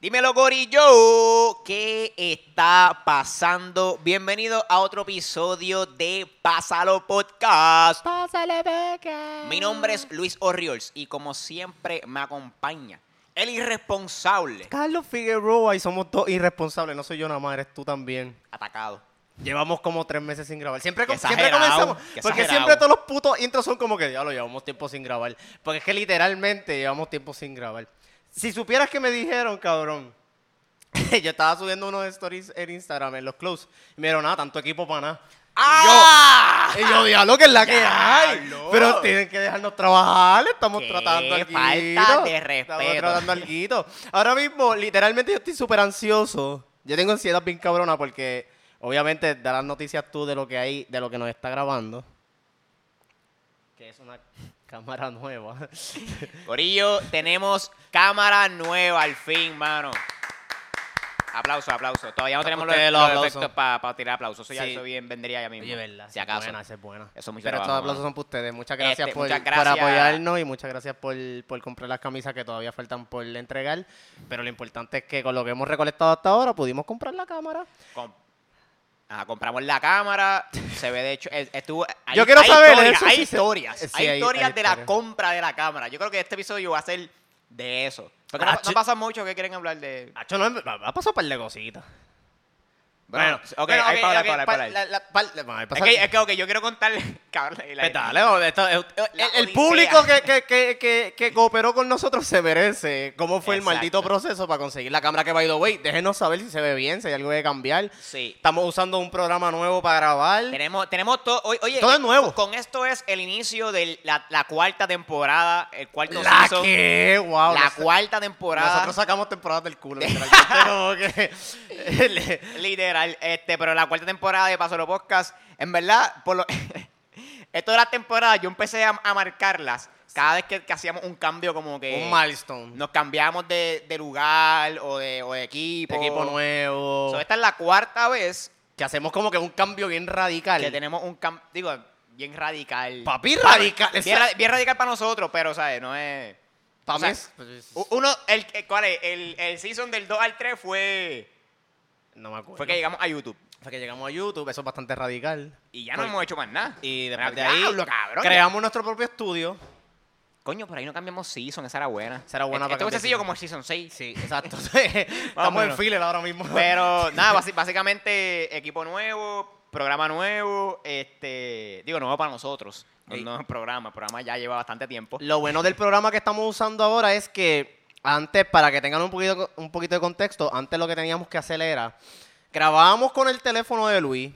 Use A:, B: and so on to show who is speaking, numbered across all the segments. A: Dímelo, Gorillo, ¿qué está pasando? Bienvenido a otro episodio de Pásalo Podcast.
B: Pásale, beca.
A: Mi nombre es Luis Orriols y como siempre me acompaña el irresponsable
B: Carlos Figueroa y somos todos irresponsables. No soy yo nada más, eres tú también.
A: atacado.
B: Llevamos como tres meses sin grabar. Siempre,
A: Qué
B: com- siempre
A: exagerado,
B: comenzamos.
A: qué
B: Porque
A: exagerado.
B: siempre todos los putos intros son como que, diablo, llevamos tiempo sin grabar. Porque es que literalmente llevamos tiempo sin grabar. Si supieras que me dijeron, cabrón, yo estaba subiendo unos stories en Instagram, en los close. Y me dijeron, nada, tanto equipo para nada.
A: ¡Ah!
B: Y yo, diablo, que es la que hay.
A: Diablo.
B: Pero tienen que dejarnos trabajar. Estamos
A: Qué
B: tratando al
A: falta de respeto.
B: Estamos tratando al Ahora mismo, literalmente, yo estoy súper ansioso. Yo tengo ansiedad bien cabrona porque, obviamente, darás noticias tú de lo que hay, de lo que nos está grabando. Que es una cámara nueva.
A: Gorillo, tenemos cámara nueva al fin, mano. Aplauso, aplauso. Todavía no
B: Para
A: tenemos los,
B: ustedes los
A: los
B: aplausos.
A: efectos para tirar aplausos. Eso ya
B: Sí.
A: eso bien vendría ya mismo. Si
B: esa es
A: acaso.
B: buena, esa es buena.
A: Eso es mucho
B: Pero
A: trabajo,
B: estos aplausos
A: mano.
B: son para ustedes. Muchas gracias,
A: Este,
B: por,
A: muchas
B: por
A: gracias.
B: apoyarnos y muchas gracias por, por comprar las camisas que todavía faltan por entregar. Pero lo importante es que con lo que hemos recolectado hasta ahora pudimos comprar la cámara.
A: Com- Ajá, compramos la cámara, se ve de hecho, es- estuvo, hay-
B: Yo quiero
A: hay
B: saber
A: historias,
B: eso,
A: hay
B: si se-
A: historias,
B: sí,
A: hay,
B: hay-
A: historias
B: hay
A: de la
B: historias.
A: compra de la cámara. Yo creo que este episodio va a ser de eso. Porque no-
B: Ah,
A: no,
B: chi-
A: pasa mucho que quieren hablar de.
B: Hacho, no, ha pasado un par de cositas.
A: Bueno, ok,
B: bueno,
A: hay
B: ok,
A: para hablar,
B: ok,
A: para hablar,
B: pa-
A: para hablar.
B: la- la- pa- la- bueno, hay
A: Es
B: pasar-
A: que, es que, ok, yo quiero contarle, cabrón, y la-
B: Pues dale, vamos, esto- el,
A: La
B: el- el
A: odisea.
B: público que, que- que- que- que cooperó con nosotros se merece cómo fue
A: Exacto.
B: el maldito proceso para conseguir la cámara que by the way. Déjenos saber si se ve bien, si hay algo que cambiar.
A: Sí.
B: Estamos usando un programa nuevo para grabar.
A: Tenemos, tenemos todo. oye, Oye,
B: Todo es
A: eh,
B: nuevo.
A: Con esto es el inicio de la, la cuarta temporada, el cuarto
B: La
A: season,
B: que, wow.
A: la cuarta temporada.
B: Nosotros sacamos temporadas del culo. literalmente, como que- le-
A: Literal, este, pero la cuarta temporada de Paso a los Podcast, en verdad, por lo, esto de las temporadas, yo empecé a, a marcarlas cada vez que, que hacíamos un cambio como que
B: un milestone.
A: nos cambiamos de, de lugar o de, o de equipo.
B: equipo nuevo.
A: So, esta es la cuarta vez
B: que hacemos como que un cambio bien radical.
A: que tenemos un cambio, digo, bien radical.
B: Papi,
A: Pa-
B: radical,
A: Bien,
B: esa-
A: ra- bien radical para nosotros, pero, ¿sabes? No es...
B: Pa'
A: o sea,
B: mí es- pues, es-
A: u- Uno, el, el- ¿cuál es? El, el season del 2 al 3 fue,
B: no me acuerdo.
A: fue que llegamos a YouTube.
B: Fue que uh, llegamos a YouTube, eso es bastante radical.
A: Y ya no
B: Por-
A: hemos hecho más nada.
B: Pues, Y
A: Pero
B: después de ahí
A: diablo, cabrón,
B: creamos nuestro propio estudio.
A: Coño, por ahí no cambiamos season, esa era buena.
B: Esa era buena
A: Esto fue
B: para cambiar
A: sencillo
B: season.
A: como el season 6.
B: Sí, exacto. Estamos en
A: menos.
B: filler ahora mismo.
A: Pero nada, basi- básicamente equipo nuevo, programa nuevo, este, digo, nuevo para nosotros. No,
B: Sí.
A: no es programa, el programa ya lleva bastante tiempo.
B: Lo bueno del programa que estamos usando ahora es que antes, para que tengan un poquito, un poquito de contexto, antes lo que teníamos que hacer era grabábamos con el teléfono de Luis y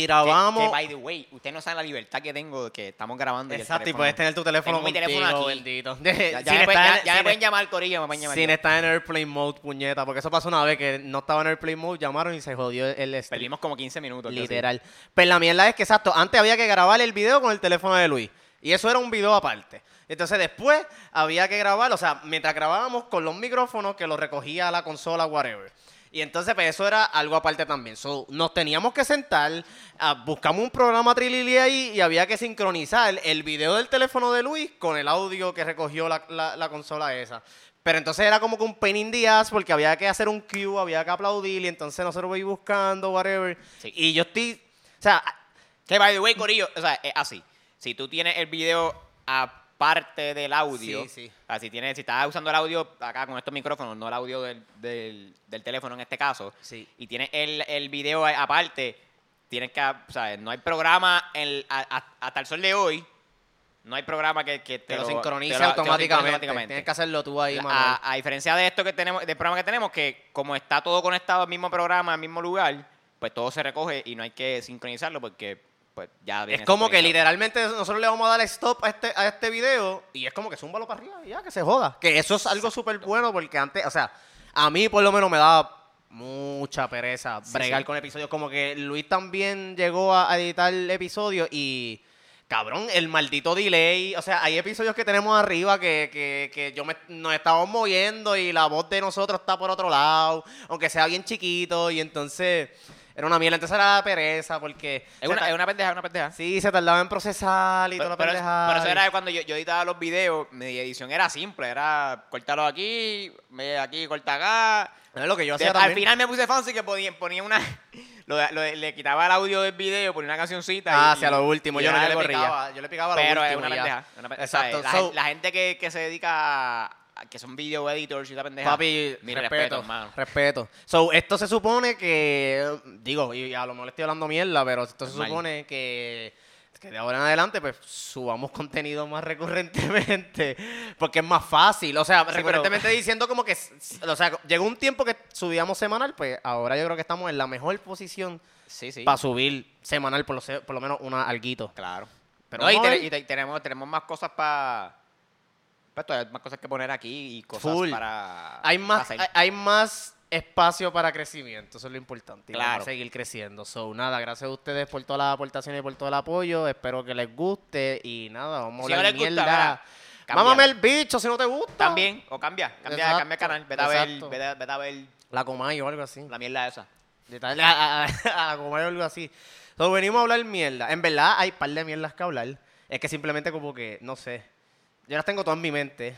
A: Que-
B: grabábamos.
A: Que, by the way, ustedes no saben la libertad que tengo que estamos grabando. y,
B: Exacto, y
A: el teléfono-
B: puedes tener tu teléfono
A: Tengo mi
B: contigo,
A: teléfono aquí.
B: bendito.
A: Ya, ya
B: Sin
A: me, pueden-
B: estar-
A: ya- ya me
B: sin
A: pueden llamar, Corillo, me pueden llamar.
B: Sin
A: ya.
B: estar en airplane mode, puñeta, porque eso pasó una vez que no estaba en airplane mode, llamaron y se jodió el stream.
A: Perdimos como 15 minutos. yo
B: Literal. Pero la mierda es que, exacto, antes había que grabar el video con el teléfono de Luis. Y eso era un video aparte. Entonces después había que grabar, o sea, mientras grabábamos con los micrófonos que los recogía la consola, whatever. Y entonces, pues eso era algo aparte también. So, nos teníamos que sentar, ah, buscamos un programa Trilili ahí y había que sincronizar el video del teléfono de Luis con el audio que recogió la, la- la consola esa. Pero entonces era como que un pain in the ass porque había que hacer un cue, había que aplaudir y entonces nosotros voy buscando, whatever.
A: Sí.
B: Y yo estoy, o sea,
A: sí. Que, by the way, Corillo, o sea, es así. Si tú tienes el video aparte del audio,
B: Sí, sí.
A: o sea, si, tienes, si estás usando el audio acá con estos micrófonos, no el audio del, del- del teléfono en este caso,
B: Sí.
A: y tienes el, el video a- aparte, tienes que, o sea, no hay programa en- a- a- hasta el sol de hoy. No hay programa que, que
B: te lo,
A: te
B: sincroniza
A: te lo
B: automáticamente.
A: automáticamente.
B: Tienes que hacerlo tú ahí,
A: La-
B: Manuel.
A: a, a diferencia de esto que tenemos, del programa que tenemos, que como está todo conectado al mismo programa, al mismo lugar, pues todo se recoge y no hay que sincronizarlo porque pues ya
B: Es
A: viene
B: como que
A: sincronizado.
B: literalmente nosotros le vamos a dar stop a este, a este video y es como que zúmbalo para arriba y ya, que se joda. Que eso es algo súper bueno porque antes, o sea, a mí por lo menos me daba mucha pereza
A: Sí,
B: bregar
A: sí.
B: con episodios. Como que Luis también llegó a, a editar episodios y... Cabrón, el maldito delay. O sea, hay episodios que tenemos arriba que, que, que yo me, nos estamos moviendo y la voz de nosotros está por otro lado, aunque sea bien chiquito. Y entonces, Era una mierda. Entonces era pereza porque. se
A: Es una,
B: tar-
A: es una pendeja, es una pendeja.
B: Sí, se tardaba en procesar y toda
A: Pero,
B: la
A: pero-
B: pendejada.
A: pero eso
B: y-
A: era de cuando yo, yo editaba los videos, mi edición era simple, era cortarlo aquí, me- aquí, corta acá.
B: Era lo que yo
A: De-
B: hacía
A: al
B: también.
A: final me puse fancy que ponía, ponía una. lo de- lo de- le quitaba el audio del video, ponía una cancioncita.
B: Ah,
A: y-
B: sí, a lo último.
A: y
B: Yo no,
A: ya
B: yo le
A: picaba.
B: corría. Yo le picaba a lo
A: Pero es
B: último
A: una
B: y ya.
A: pendeja. una pendeja.
B: Exacto.
A: O sea, la,
B: So,
A: gen- la gente que, que se dedica a. a- que son video editors y esa pendeja.
B: Papi,
A: mi
B: respeto,
A: respeto, hermano.
B: respeto. So, esto se supone que, digo, y a lo mejor le estoy hablando mierda, pero esto se
A: Normal.
B: supone que, que de ahora en adelante, pues, subamos contenido más recurrentemente, porque es más fácil. O sea,
A: pero-
B: recurrentemente diciendo como que, s- s- o sea, llegó un tiempo que subíamos semanal, pues, ahora yo creo que estamos en la mejor posición
A: Sí, sí.
B: para subir semanal, por lo, se- por lo menos una alguito.
A: Claro.
B: Pero
A: No, y,
B: vamos a
A: te-
B: ver.
A: y te- tenemos, tenemos más cosas para. Pues todavía hay más cosas que poner aquí y cosas
B: Full.
A: para.
B: hay más,
A: para hacer.
B: hay, hay más espacio para crecimiento, eso es lo importante. y vamos a
A: Claro.
B: seguir creciendo. So, nada, gracias a ustedes por todas las aportaciones y por todo el apoyo. Espero que les guste y nada, vamos
A: Si
B: a
A: no
B: hablar
A: les gusta,
B: mierda.
A: mira, cámbialo.
B: Mámame el bicho si no te gusta.
A: También, o cambia, cambia,
B: Exacto,
A: cambia el canal, vete a, ver,
B: exacto.
A: vete, a- vete a ver
B: La Comay o algo así.
A: la mierda esa.
B: De tal- a, a- a la Comay o algo así. So, venimos a hablar mierda. En verdad hay par de mierdas que hablar. Es que simplemente como que, no sé. Yo las tengo todas en mi mente.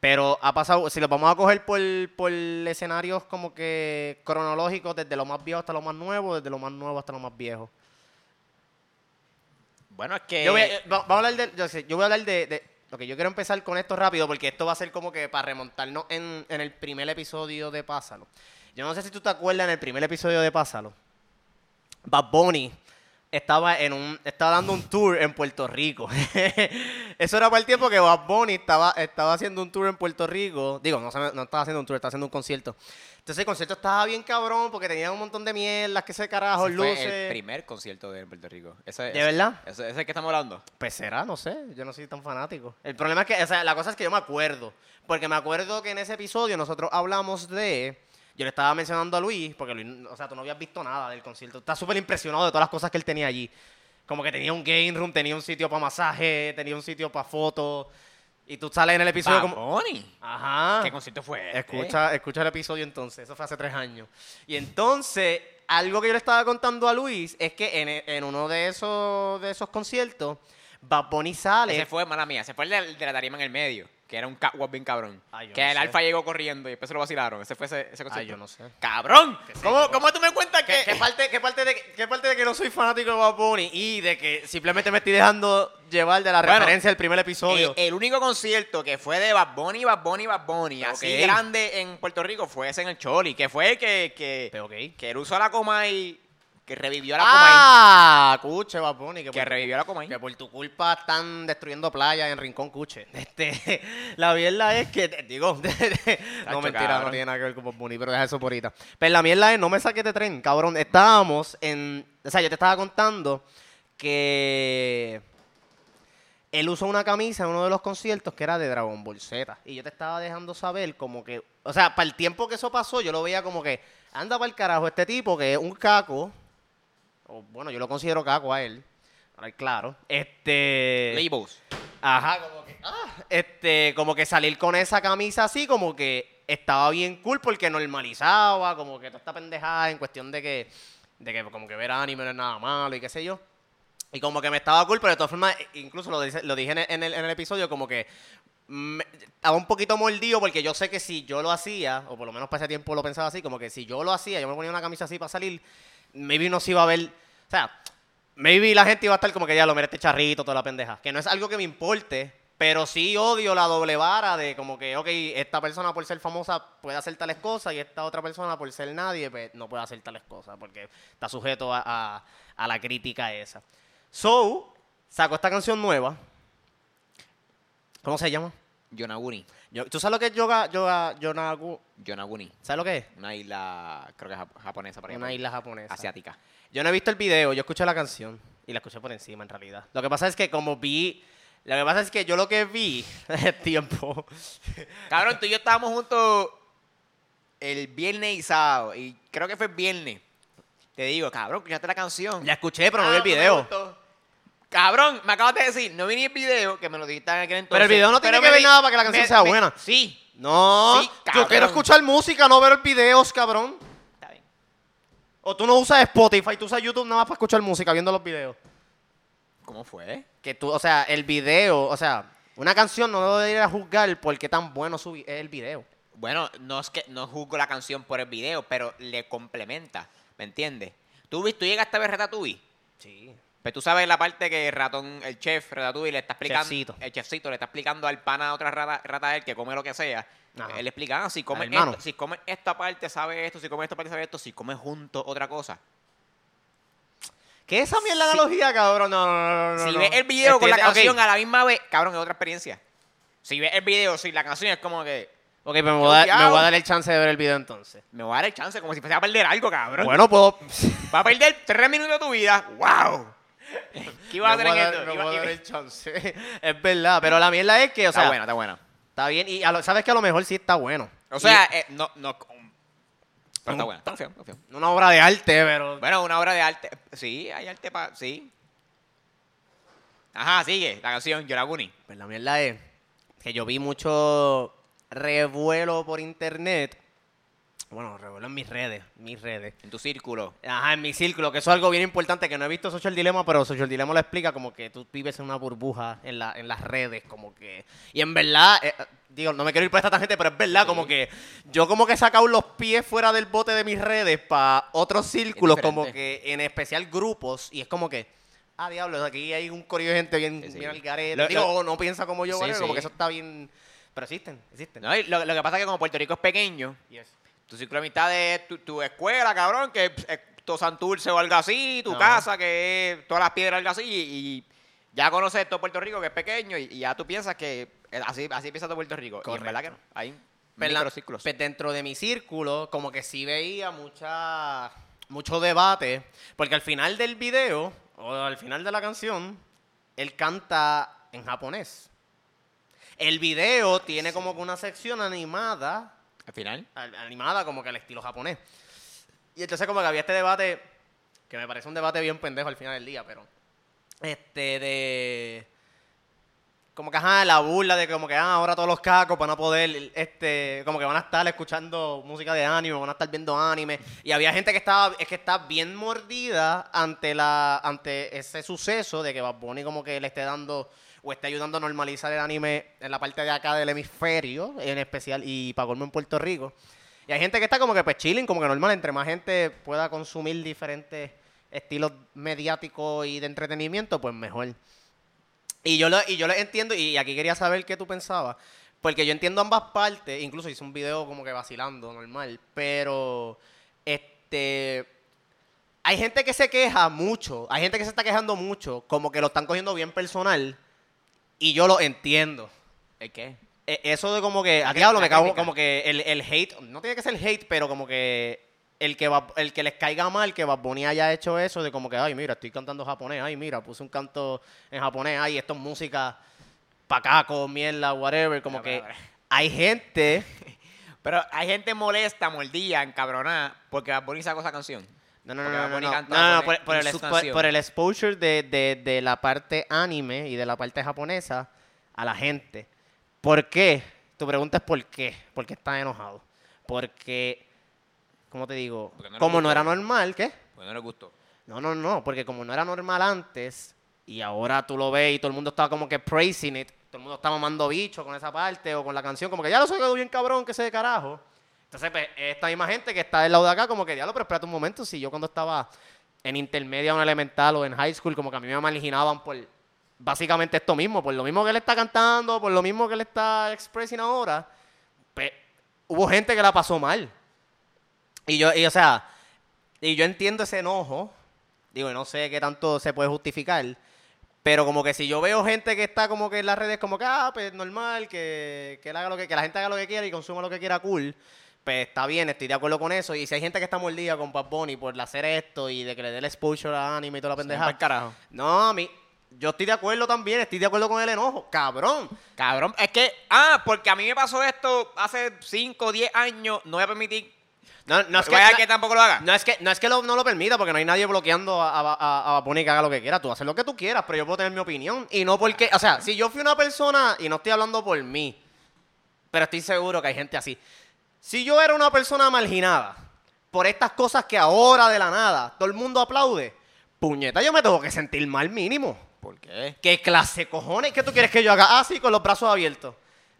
B: Pero ha pasado, si los vamos a coger por, por escenarios como que cronológicos, desde lo más viejo hasta lo más nuevo, desde lo más nuevo hasta lo más viejo.
A: Bueno, es que.
B: Yo voy a, eh, va- vamos a hablar de, yo, sé, yo voy a hablar de, de- ok, yo quiero empezar con esto rápido porque esto va a ser como que para remontarnos en, en el primer episodio de Pásalo. Yo no sé si tú te acuerdas en el primer episodio de Pásalo. Bad Bunny estaba en un estaba dando un tour en Puerto Rico. Eso era para el tiempo que Bad Bunny estaba, estaba haciendo un tour en Puerto Rico. Digo, no, se me- no estaba haciendo un tour, estaba haciendo un concierto. Entonces el concierto estaba bien cabrón porque tenía un montón de mierdas, que se carajo,
A: ese
B: luces.
A: Fue el primer concierto de Puerto Rico. Ese,
B: ¿De
A: ese-
B: verdad?
A: Ese, ese que estamos hablando.
B: Pues será, no sé, yo no soy tan fanático. El problema es que, o sea, la cosa es que yo me acuerdo. Porque me acuerdo que en ese episodio nosotros hablamos de. Yo le estaba mencionando a Luis, porque Luis, o sea, tú no habías visto nada del concierto. Estás súper impresionado de todas las cosas que él tenía allí. Como que tenía un game room, tenía un sitio para masaje, tenía un sitio para fotos. Y tú sales en el episodio
A: Bad
B: como.
A: Bunny.
B: Ajá.
A: ¿Qué concierto fue? este?
B: Escucha, escucha el episodio entonces, eso fue hace tres años. Y entonces, algo que yo le estaba contando a Luis es que en, e- en uno de esos, de esos conciertos, Bad Bunny sale.
A: Ese fue, mala mía. Se fue el del- de, la tarima en el medio, que era un catwalk bien cabrón.
B: Ay, yo
A: que
B: no
A: el
B: sé.
A: alfa llegó corriendo y después se lo vacilaron. Ese fue ese, ese concierto.
B: Ay, yo no sé.
A: ¡Cabrón!
B: Que sí,
A: ¿Cómo,
B: cabrón.
A: ¿Cómo tú me cuentas
B: ¿Qué,
A: que.?
B: qué parte, qué, parte de, que- qué parte de que no soy fanático de Bad Bunny y de que simplemente me estoy dejando llevar de la
A: Bueno,
B: referencia del primer episodio?
A: Eh, el único concierto que fue de Bad Bunny, Bad Bunny, Bad Bunny, así
B: Ok.
A: grande en Puerto Rico, fue ese en el Choli, que fue el que, que,
B: Pero, ok.
A: que él usó la coma y que revivió la coma
B: Ah, Cuche, Bad Bunny. Que,
A: Que
B: por-
A: revivió la Comay.
B: Que por tu culpa están destruyendo playas en Rincón Cuche. Este, la mierda es que, te digo, no mentira, no
A: cabrón.
B: tiene nada que ver con Bad Bunny, pero deja eso por ahorita. Pero la mierda es, no me saques de tren, cabrón. Estábamos en, o sea, yo te estaba contando que él usó una camisa en uno de los conciertos que era de Dragon Ball Z. Y yo te estaba dejando saber como que, o sea, para el tiempo que eso pasó, yo lo veía como que, anda para el carajo este tipo que es un caco. o bueno, yo lo considero caco a él. Ahora, claro. Este...
A: Labels.
B: Ajá, como que, ah, este, como que salir con esa camisa así, como que estaba bien cool porque normalizaba, como que toda esta pendejada en cuestión de que, de que como que ver anime no es nada malo y qué sé yo. Y como que me estaba cool, pero de todas formas, eh, incluso lo, dice- lo dije en el, en el- en el episodio, como que me- estaba un poquito mordido porque yo sé que si yo lo hacía, o por lo menos para ese tiempo lo pensaba así, como que si yo lo hacía, yo me ponía una camisa así para salir, maybe no se iba a ver, o sea, Maybe la gente iba a estar como que ya lo mira este charrito, toda la pendeja. Que no es algo que me importe, pero sí odio la doble vara de como que, ok, esta persona por ser famosa puede hacer tales cosas y esta otra persona por ser nadie pues, no puede hacer tales cosas porque está sujeto a, a- a la crítica esa. So, sacó esta canción nueva. ¿Cómo se llama?
A: Yonaguni.
B: Yo- ¿Tú sabes lo que es Yoga, Yoga, Yonagu?
A: Yonaguni.
B: ¿Sabes lo que es?
A: Una isla, creo que jap- japonesa. por ahí, por
B: Una
A: ahí.
B: isla japonesa.
A: Asiática.
B: Yo no he visto el video, yo escuché la canción y la escuché por encima en realidad. Lo que pasa es que como vi, lo que pasa es que yo lo que vi es tiempo.
A: Cabrón, tú y yo estábamos juntos el viernes y sábado. Y creo que fue el viernes. Te digo, cabrón, escuchaste la canción.
B: La escuché, pero no vi
A: Ah,
B: el
A: me
B: video.
A: gustó. Cabrón, me acabas de decir, no vi ni el video, que me lo dijiste en aquel entonces.
B: Pero el video no tiene
A: pero
B: que
A: me
B: ver
A: di-
B: nada para que la canción
A: me-
B: sea
A: me-
B: buena.
A: Sí.
B: No,
A: Sí,
B: yo
A: cabrón.
B: quiero escuchar música, no ver videos, cabrón.
A: Está bien.
B: O tú no usas Spotify, tú usas YouTube nada más para escuchar música viendo los videos.
A: ¿Cómo fue?
B: Que tú, o sea, el video, o sea, una canción no debe ir a juzgar por qué tan bueno su vi- es el video.
A: Bueno, no es que no juzgo la canción por el video, pero le complementa, ¿me entiendes? Tú, vis- tú llegaste a ver Ratatouille,
B: Sí.
A: pero Pues tú sabes la parte que el ratón, el chef Ratatouille le está explicando,
B: Chefcito.
A: el chefcito le está explicando al pana de otra rata, rata de él que come lo que sea.
B: Ajá.
A: Él le explica, ah, si comes
B: hermano.
A: esto, si comes esta parte sabe esto, si comes esta parte sabe esto, si comes junto otra cosa.
B: ¿Qué es esa mierda de
A: Sí.
B: analogía, cabrón? No, no, no, no.
A: si
B: no.
A: ves el video con la
B: Estoy de- ok.
A: canción a la misma vez, cabrón, es otra experiencia. Si ves el video sin la canción es como que
B: Ok, pero me voy, a, dar- me
A: Cuidado.
B: voy a dar el chance de ver el video entonces.
A: me voy a dar el chance como si fuese a perder algo, cabrón.
B: Bueno, puedo.
A: Va a perder tres minutos de tu vida. ¡Wow! ¿Qué iba a
B: me
A: tener
B: voy a
A: esto?
B: dar- me
A: Iba-
B: voy a
A: iba-
B: dar el chance. es verdad, pero la mierda es que, o
A: Está
B: sea,
A: buena, está buena.
B: está bien. Y a lo- sabes que a lo mejor sí está bueno.
A: O sea, eh, no, no. Pero está
B: Un-
A: buena. Está feo, está feo.
B: Y una obra de arte, pero.
A: Bueno, una obra de arte. Sí, hay arte para. Sí. Ajá, sigue. La canción Yoraguni.
B: Pues la mierda es que yo vi mucho revuelo por internet. Bueno, revuelo en mis redes, mis redes.
A: En tu círculo.
B: Ajá, en mi círculo, que eso es algo bien importante, que no he visto Social Dilemma, pero Social Dilemma lo explica como que tú vives en una burbuja en, la, en las redes, como que... Y en verdad, eh, digo, no me quiero ir por esta tangente, pero es verdad, como que yo como que he sacado los pies fuera del bote de mis redes para otros círculos, como que en especial grupos, y es como que, ah, diablos, aquí hay un corillo de gente bien,
A: Sí, sí.
B: bien al garete.
A: Lo-
B: digo,
A: lo-
B: "Oh, no piensa como yo,
A: Sí,
B: whatever", como
A: sí.
B: que eso está bien... Pero existen, existen.
A: No, y lo, lo que pasa es que como Puerto Rico es pequeño,
B: Yes.
A: tu círculo de amistad es tu, tu escuela, cabrón, que es es tu Santurce o algo así, tu
B: Ajá.
A: casa, que es todas las piedras, algo así, y, y ya conoces todo Puerto Rico, que es pequeño, y, y ya tú piensas que eh, así, así piensa todo Puerto Rico. Y en verdad que no. Hay
B: Pues la-
A: microcírculos.
B: pues dentro de mi círculo, como que sí veía mucha, mucho debate, porque al final del video, o al final de la canción, él canta en japonés. El video tiene como que una sección animada,
A: Al final.
B: al- animada como que al estilo japonés. Y entonces como que había este debate, que me parece un debate bien pendejo al final del día, pero... Este, de... Como que, ajá, la burla de que como que, ah, ahora todos los cacos para no poder, este, como que van a estar escuchando música de anime, van a estar viendo anime. Y había gente que estaba, es que está bien mordida ante la, ante ese suceso de que Bad Bunny como que le esté dando, o esté ayudando a normalizar el anime en la parte de acá del hemisferio, en especial, y para colmo en Puerto Rico. Y hay gente que está como que pues chilling, como que normal, entre más gente pueda consumir diferentes estilos mediáticos y de entretenimiento, pues mejor. Y yo lo, y yo lo entiendo, y aquí quería saber qué tú pensabas. Porque yo entiendo ambas partes, incluso hice un video como que vacilando, normal. Pero, este. Hay gente que se queja mucho, hay gente que se está quejando mucho, como que lo están cogiendo bien personal, y yo lo entiendo.
A: ¿El qué?
B: E- Eso de como que, a
A: cri-
B: diablo,
A: la
B: me cago,
A: crítica.
B: como que el, el hate, no tiene que ser hate, pero como que el que, Bad- el que les caiga mal que Bad Bunny haya hecho eso, de como que, ay, mira, estoy cantando japonés, ay, mira, puse un canto en japonés, ay, esto es música pacaco, mierda, whatever, como
A: Espera,
B: que
A: espera, espera.
B: hay gente,
A: Pero hay gente molesta, mordida, encabronada, porque Bad Bunny sacó esa canción.
B: no, no, no,
A: Porque
B: no,
A: Bad
B: no,
A: Bunny
B: no,
A: canta
B: no, no,
A: japonés
B: por, por
A: en
B: el,
A: su
B: es- por-
A: canción.
B: por el exposure de, de- de la parte anime y de la parte japonesa a la gente. ¿Por qué? Tu pregunta es por qué. ¿Por qué estás enojado? Porque, ¿cómo te digo?
A: Porque no le
B: como no
A: gusta.
B: era normal, ¿qué?
A: Porque Pues no le gustó.
B: No, no, no, porque como no era normal antes y ahora tú lo ves y todo el mundo está como que praising it, todo el mundo está mamando bicho con esa parte o con la canción, como que ya lo soy bien cabrón, que se de carajo. Entonces, pues, esta misma gente que está del lado de acá, como que diablo, pero espérate un momento, si yo cuando estaba en intermedia o en elemental o en high school, como que a mí me marginaban por básicamente esto mismo, por lo mismo que él está cantando, por lo mismo que él está expressing ahora, pues, hubo gente que la pasó mal. Y yo, y, o sea, y yo entiendo ese enojo. Digo, y no sé qué tanto se puede justificar. Pero como que si yo veo gente que está como que en las redes como que, ah, pues normal, que, que él haga lo que, que la gente haga lo que quiera y consuma lo que quiera, cool. Pues está bien, estoy de acuerdo con eso. Y si hay gente que está mordida con Bad Bunny por hacer esto y de que le dé el exposure a anime y toda la
A: Pa'l
B: pendeja.
A: carajo.
B: No, a mí, yo estoy de acuerdo también, estoy de acuerdo con el enojo. Cabrón.
A: Cabrón, es que, ah, porque a mí me pasó esto hace 5 o 10 años, no voy a permitir.
B: No, no es que...
A: voy a dejar
B: no-
A: que tampoco lo haga.
B: No es que, no, es que lo- no lo permita, porque no hay nadie bloqueando a, a, a- a Bad Bunny que haga lo que quiera. Tú haces lo que tú quieras, pero yo puedo tener mi opinión. Y no porque, o sea, si yo fui una persona, y no estoy hablando por mí, pero estoy seguro que hay gente así. Si yo era una persona marginada, por estas cosas que ahora de la nada todo el mundo aplaude, puñeta, yo me tengo que sentir mal mínimo.
A: ¿Por qué?
B: ¿Qué clase cojones? ¿Qué tú quieres que yo haga? Así, con los brazos abiertos.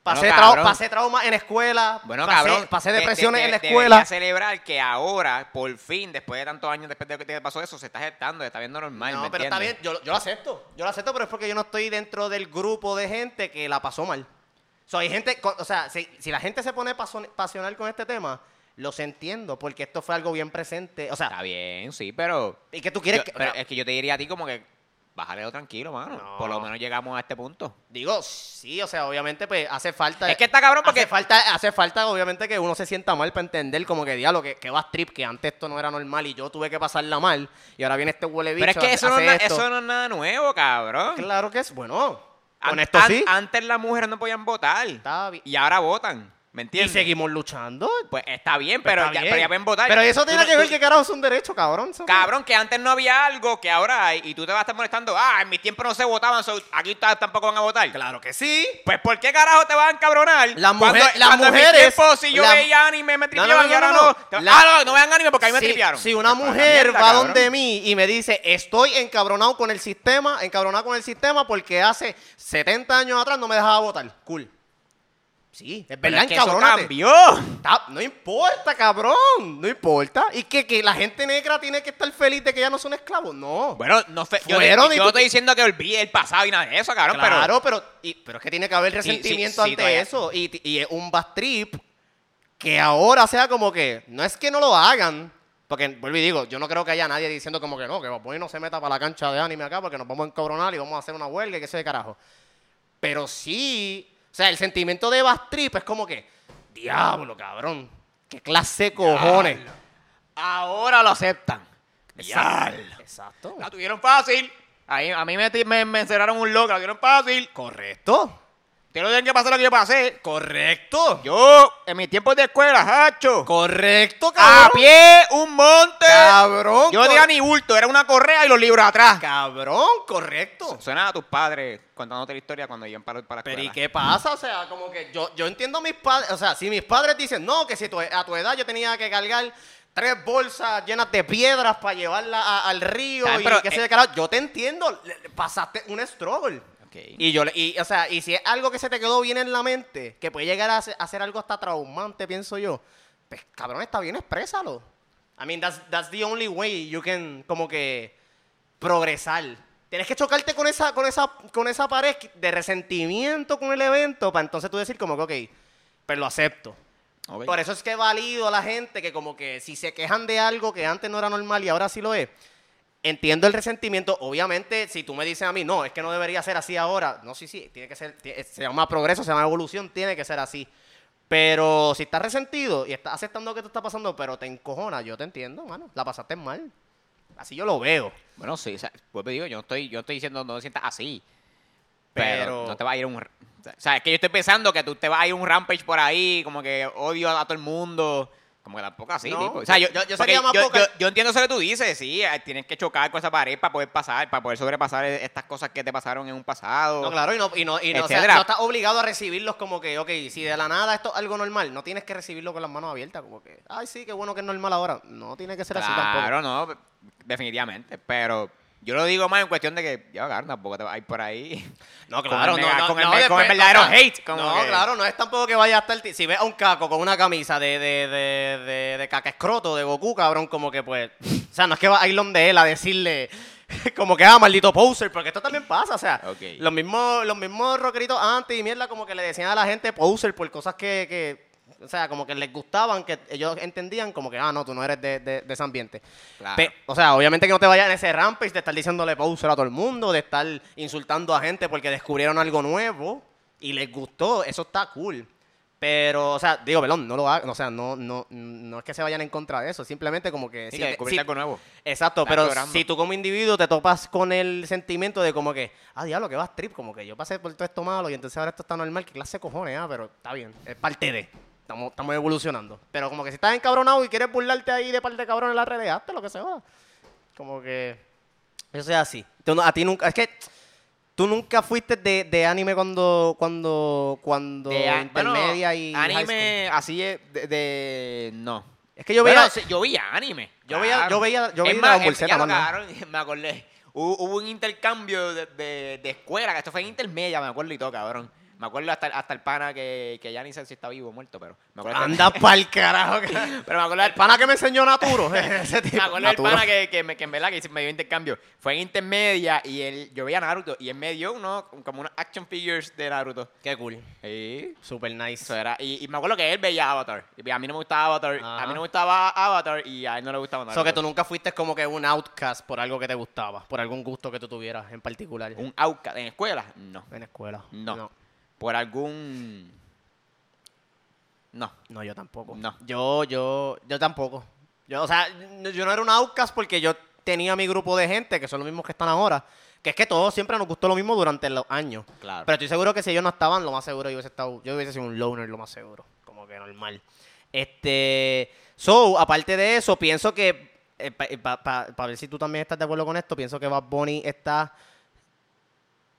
B: Pasé,
A: Bueno,
B: trau-
A: cabrón.
B: pasé traumas en escuela,
A: Bueno,
B: pasé,
A: cabrón.
B: pasé
A: de- de-
B: depresiones
A: de-
B: en la
A: debería
B: escuela.
A: celebrar que ahora, por fin, después de tantos años después de que te pasó eso, se está gestando, se está viendo normal.
B: No,
A: ¿me
B: pero está bien,
A: entiendes?
B: yo, yo lo acepto. Yo lo acepto, pero es porque yo no estoy dentro del grupo de gente que la pasó mal. O sea, hay gente, co- o sea, si, si la gente se pone paso- pasional con este tema, los entiendo, porque esto fue algo bien presente. O sea,
A: Está bien, sí, pero.
B: y que tú quieres
A: yo-
B: que. o
A: pero
B: sea,
A: es que yo te diría a ti como que. Bájale lo tranquilo, mano.
B: No.
A: Por lo menos llegamos a este punto.
B: Digo, sí, o sea, obviamente, pues hace falta.
A: Es que está cabrón porque-
B: Hace falta, hace falta, obviamente, que uno se sienta mal para entender, como que diablo, que, que va trip, que antes esto no era normal y yo tuve que pasarla mal, y ahora viene este huele bicho.
A: Pero es que
B: hace-
A: eso no, es
B: hace
A: na-
B: esto.
A: eso no es nada nuevo, cabrón.
B: Claro que es, bueno.
A: An-
B: Con esto
A: an-
B: sí.
A: Antes las mujeres no podían votar.
B: Está bien.
A: Y ahora votan. ¿Me
B: Y
A: entiendes?
B: seguimos luchando.
A: Pues está bien, pero,
B: Está
A: ya,
B: bien.
A: pero ya pueden votar.
B: Pero eso
A: Tú
B: tiene
A: no-
B: que ver
A: tú-
B: que carajo es un derecho, cabrón. Eso-
A: Cabrón, que antes no había algo que ahora hay y tú te vas a estar molestando. Ah, en mi tiempo no se votaban, so aquí ta- tampoco van a votar.
B: Claro que sí.
A: Pues ¿por qué carajo te vas a encabronar?
B: Las
A: Cuando-
B: mujer- las
A: cuando en mi
B: mujeres-
A: tiempo, si yo
B: la-
A: veía anime me tripeaban
B: no, no,
A: y ahora
B: no,
A: no.
B: no.
A: Te-
B: La-
A: Ah, no, no vean anime porque a mí me
B: si,
A: tripearon.
B: si una
A: Pues,
B: mujer
A: mierda,
B: va
A: cabrón.
B: donde mí y me dice, estoy encabronado con el sistema, encabronado con el sistema porque hace 70 años atrás no me dejaba votar. Cool. Sí, es
A: Pero
B: verdad,
A: es que eso
B: encabrónate.
A: cambió.
B: Está- No importa, cabrón. No importa. Y que, que la gente negra tiene que estar feliz de que ya no son esclavos. No.
A: Bueno, no sé. Yo,
B: Fueron
A: yo
B: y
A: no
B: tú-
A: estoy diciendo que olvide el pasado y nada de eso, cabrón, pero.
B: Claro, pero, y- pero es que tiene que haber
A: sí,
B: resentimiento
A: sí,
B: ante
A: todavía.
B: eso. Y, y es un bad trip que ahora sea como que, no es que no lo hagan, porque vuelvo y digo, yo no creo que haya nadie diciendo como que no, que Bad Bunny no se meta para la cancha de anime acá porque nos vamos a encabronar y vamos a hacer una huelga y que se de carajo. Pero sí, o sea, el sentimiento de bad trip es como que, diablo, cabrón, qué clase de cojones.
A: Ahora lo aceptan.
B: Exacto. Exacto.
A: La tuvieron fácil. Ahí, a mí me, ti- me, me encerraron un loco, la tuvieron fácil.
B: Correcto.
A: Te lo tienen que pasar lo que yo pasé.
B: Correcto.
A: Yo, en mis tiempos de escuela, hacho.
B: Correcto,
A: A
B: cabrón.
A: pie, un monte.
B: Cabrón.
A: Yo no tenía ni bulto, era una correa y los libros atrás.
B: Cabrón, correcto.
A: Suena a tus padres contándote la historia cuando iban para, para la
B: Pero ¿y
A: escuela.
B: qué pasa? O sea, como que yo, yo entiendo a mis padres, o sea, si mis padres dicen, no, que si tu- e, a tu edad yo tenía que cargar tres bolsas llenas de piedras para llevarla a- al río
A: Está
B: y
A: bien, pero,
B: qué sé
A: eh,
B: yo, carajo, yo te entiendo, le- le- pasaste un struggle.
A: Ok.
B: Y yo, le- y, o sea, y si es algo que se te quedó bien en la mente, que puede llegar a ser, a ser algo hasta traumante, pienso yo, pues cabrón, está bien, exprésalo. I mean, that's, that's the only way you can, como que, progresar. Tienes que chocarte con esa, con esa, con esa pared de resentimiento con el evento para entonces tú decir como que, ok, pero lo acepto.
A: Ok.
B: Por eso es que valido a la gente que como que si se quejan de algo que antes no era normal y ahora sí lo es, entiendo el resentimiento. Obviamente, si tú me dices a mí, no, es que no debería ser así ahora. No, sí, sí, tiene que ser, ti- se llama progreso, se llama evolución, tiene que ser así. Pero si estás resentido y estás aceptando que te está pasando, pero te encojona, yo te entiendo, mano. La pasaste mal. Así yo lo veo.
A: Bueno, sí, o sea, pues te digo, yo no estoy, yo estoy diciendo no te sientas así. Pero,
B: Pero-
A: no te vas a ir a un. r- O sea, es que yo estoy pensando que tú te vas a ir a un rampage por ahí, como que odio a, a todo el mundo. Como que tampoco así,
B: No,
A: tipo. O sea, yo,
B: yo-
A: porque
B: yo sería más
A: yo,
B: poca-
A: yo- yo entiendo eso que tú dices, sí. eh, Tienes que chocar con esa pared para poder pasar, para poder sobrepasar e- estas cosas que te pasaron en un pasado.
B: No, claro, y no, y no, y no, o sea,
A: Etcétera.
B: no estás obligado a recibirlos como que, ok, si de la nada esto es algo normal, no tienes que recibirlo con las manos abiertas, como que, ay, sí, qué bueno que es normal ahora. No tiene que ser así tampoco.
A: Claro, no, definitivamente. Pero yo lo digo más en cuestión de que, ya, cabrón, tampoco te vas a ir por ahí.
B: No,
A: Con
B: claro,
A: el
B: no,
A: mega-
B: no,
A: con el me-
B: no,
A: con el
B: después,
A: verdadero
B: o sea,
A: hate, como
B: no,
A: que-
B: claro, no es tampoco que vaya a estar. Si ves a un caco con una camisa de, de, de, de, de caca escroto, de Goku, cabrón, como que pues. O sea, no es que va a ir donde él a decirle. Como que, ah, maldito poser, porque esto también pasa, o sea,
A: Ok.
B: los mismos los mismos rockeritos antes y mierda como que le decían a la gente poser por cosas que, que, o sea, como que les gustaban, que ellos entendían como que, ah, no, tú no eres de, de, de ese ambiente.
A: Claro.
B: Pe- o sea, obviamente que no te vayas en ese rampage de estar diciéndole poser a todo el mundo, de estar insultando a gente porque descubrieron algo nuevo y les gustó. Eso está cool. Pero, o sea, digo, perdón, no lo hagan. O sea, no, no, no es que se vayan en contra de eso. Simplemente como que...
A: Sí,
B: si
A: que
B: te-
A: descubriste
B: si-
A: algo nuevo.
B: Exacto,
A: Estás
B: pero
A: logrando.
B: si tú como individuo te topas con el sentimiento de como que, ah, diablo, que vas trip, como que yo pasé por todo esto malo y entonces ahora esto está normal, que clase de cojones, ah, pero está bien, es parte de. Estamos, estamos evolucionando. Pero como que si estás encabronado y quieres burlarte ahí de par de cabrones en las redes, hazte lo que se va. Como que. Eso es así. Tú no- a ti nunca. Es que. Tú nunca fuiste de, de anime cuando. Cuando. Cuando.
A: De a-
B: intermedia
A: bueno,
B: y. high school.
A: Anime así es de, de- No.
B: Es Es que yo
A: Bueno,
B: veía.
A: sí, yo veía anime.
B: Yo veía-
A: claro.
B: yo veía- yo
A: Es
B: veía
A: más,
B: Dragon Ball
A: es-
B: Z,
A: ya lo
B: más nada.
A: cagaron, me acordé. Hubo, hubo un intercambio de, de- de escuela, que esto fue en intermedia, me acuerdo y todo, cabrón. Me acuerdo hasta, hasta el pana que, que ya ni sé si está vivo o muerto, pero me acuerdo. hasta-
B: Anda pa'l carajo. que-
A: pero me acuerdo
B: El
A: del
B: pana que me enseñó Naturo. Ese tipo.
A: me acuerdo del pana que, que, me- que en verdad que hice- me dio intercambio. Fue en intermedia y él, yo veía Naruto y él me dio uno, como unos action figures de Naruto.
B: Qué cool.
A: Sí.
B: Super
A: Eso
B: nice.
A: era. Y, y me acuerdo que él veía Avatar. Y a mí no me gustaba Avatar.
B: Ajá.
A: A mí no me gustaba Avatar y a él no le gustaba Naruto.
B: Eso que tú nunca fuiste como que un outcast por algo que te gustaba, por algún gusto que tú tuvieras en particular.
A: ¿Un outcast en escuela? No.
B: En escuela.
A: No. Por algún... No.
B: No, yo tampoco.
A: No.
B: Yo, yo, yo tampoco. Yo, o sea, n- yo no era un outcast porque yo tenía mi grupo de gente, que son los mismos que están ahora, que es que todos siempre nos gustó lo mismo durante los años.
A: Claro.
B: Pero estoy seguro que si ellos no estaban, lo más seguro yo hubiese estado, yo hubiese sido un loner, lo más seguro. Como que normal. Este, so, aparte de eso, pienso que, eh, para ver si tú también estás de acuerdo con esto, pienso que Bad Bunny está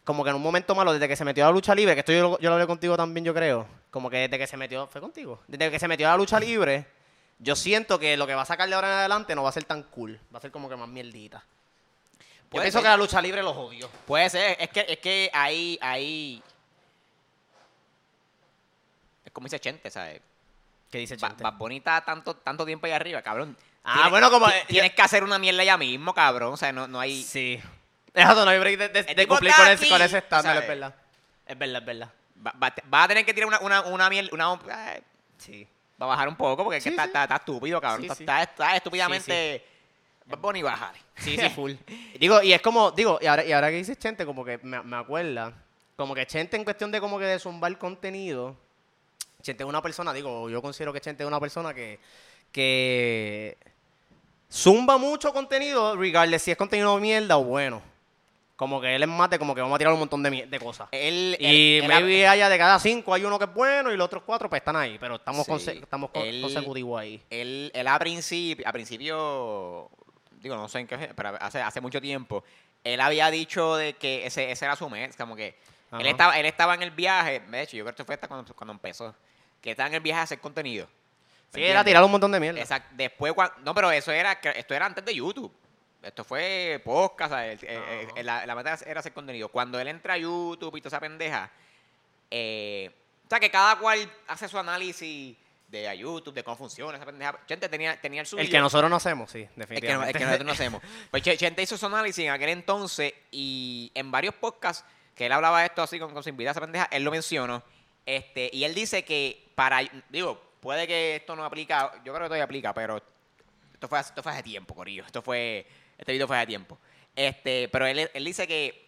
B: como que en un momento malo, desde que se metió a la lucha libre, que esto yo, lo- yo lo hablé contigo también, yo creo, como que desde que se metió, fue contigo, desde que se metió a la lucha libre, yo siento que lo que va a sacar de ahora en adelante no va a ser tan cool, va a ser como que más mierdita. Yo
A: Puede
B: pienso
A: ser.
B: que la lucha libre los odio.
A: Puede ser. Es que, es que ahí... ahí... Es como dice Chente, ¿sabes?
B: ¿Qué dice
A: Ba-
B: Chente?
A: Bad Bunny está tanto, tanto tiempo ahí arriba, cabrón.
B: Ah, bueno, como-
A: ti- Tienes que hacer una mierda ya mismo, cabrón. O sea, no, no hay...
B: Sí. Eso no hay break de, de- de
A: tipo
B: cumplir
A: está
B: con ese,
A: aquí,
B: con ese estándar,
A: ¿sabes?
B: es verdad. Es verdad, es verdad.
A: Va- va- te- vas a tener que tirar una, una, una mierda... Una, eh,
B: Sí.
A: va a bajar un poco porque es que
B: Sí,
A: está,
B: sí.
A: está- está estúpido, cabrón.
B: Sí,
A: está,
B: sí.
A: está- está estúpidamente... Bad Bunny bajar.
B: Sí, sí, full. digo, y es como, digo, y ahora, y ahora que dices Chente, como que me, me acuerda, como que Chente en cuestión de como que de zumbar contenido, Chente es una persona, digo, yo considero que Chente es una persona que, que zumba mucho contenido, regardless si es contenido de mierda o bueno. Como que él es más de como que vamos a tirar un montón de, mier- de cosas.
A: Él,
B: Y
A: él- él
B: maybe haya de cada cinco hay uno que es bueno y los otros cuatro pues están ahí, pero estamos,
A: Sí.
B: conse- estamos con-
A: Él-
B: consecutivos ahí.
A: él, él a principio, a principio, digo, no sé en qué, pero hace, hace mucho tiempo, él había dicho de que ese, ese era su mes, como que él
B: Ajá.
A: estaba, él estaba en el viaje, de hecho, yo creo que fue hasta cuando, cuando empezó, que estaba en el viaje a hacer contenido. ¿me
B: Sí, era
A: entiendes?
B: tirar un montón de mierda.
A: Exacto. Después, cuan- no, pero eso era, que- esto era antes de YouTube. Esto fue podcast, o sea, el- eh,
B: Ajá.
A: eh, la, la meta era hacer contenido. Cuando él entra a YouTube y toda esa pendeja, eh, o sea, que cada cual hace su análisis de a YouTube, de cómo funciona esa pendeja. Gente tenía, tenía el suyo.
B: El que nosotros no hacemos, sí,
A: El que, no- el
B: definitivamente.
A: que nosotros no hacemos. Pues Ch- Chente hizo su análisis en aquel entonces y en varios podcasts que él hablaba de esto así con, con su invitada, esa pendeja, él lo mencionó. Este, y él dice que para, digo, puede que esto no aplica, yo creo que todavía aplica, pero esto fue, hace- esto fue hace tiempo, Corillo. Esto fue, este video fue hace tiempo. Este, pero él, él dice que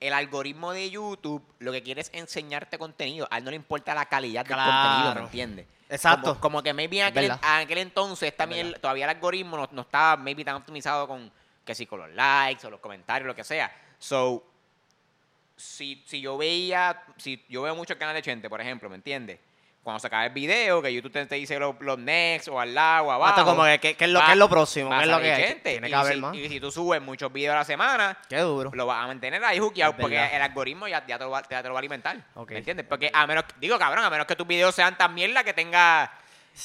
A: el algoritmo de YouTube lo que quiere es enseñarte contenido. A él no le importa la calidad del contenido, ¿me
B: Claro.
A: entiendes?
B: Exacto.
A: Como, como que maybe en
B: Es
A: aquel,
B: verdad.
A: en aquel entonces también
B: verdad.
A: todavía el algoritmo no, no estaba maybe tan optimizado con que si con los likes o los comentarios, lo que sea. So, si, si yo veía, si yo veo mucho el canal de Chente, por ejemplo, ¿me entiendes? Cuando se acaba el video, que YouTube te, te dice los, los next o al lado o abajo.
B: Hasta como que, que- que es lo,
A: va-
B: que es lo próximo,
A: va a
B: que es lo que
A: salir
B: hay.
A: Chente.
B: Tiene
A: Y
B: que haber
A: si-
B: más.
A: Y si tú subes muchos videos a la semana,
B: Qué duro.
A: lo vas a mantener ahí hookeado
B: Es
A: porque
B: verdad.
A: el algoritmo ya, ya te, lo va, ya te lo va a alimentar.
B: Ok.
A: ¿Me entiendes? Porque a menos, digo cabrón, a menos que tus videos sean tan mierda que tenga.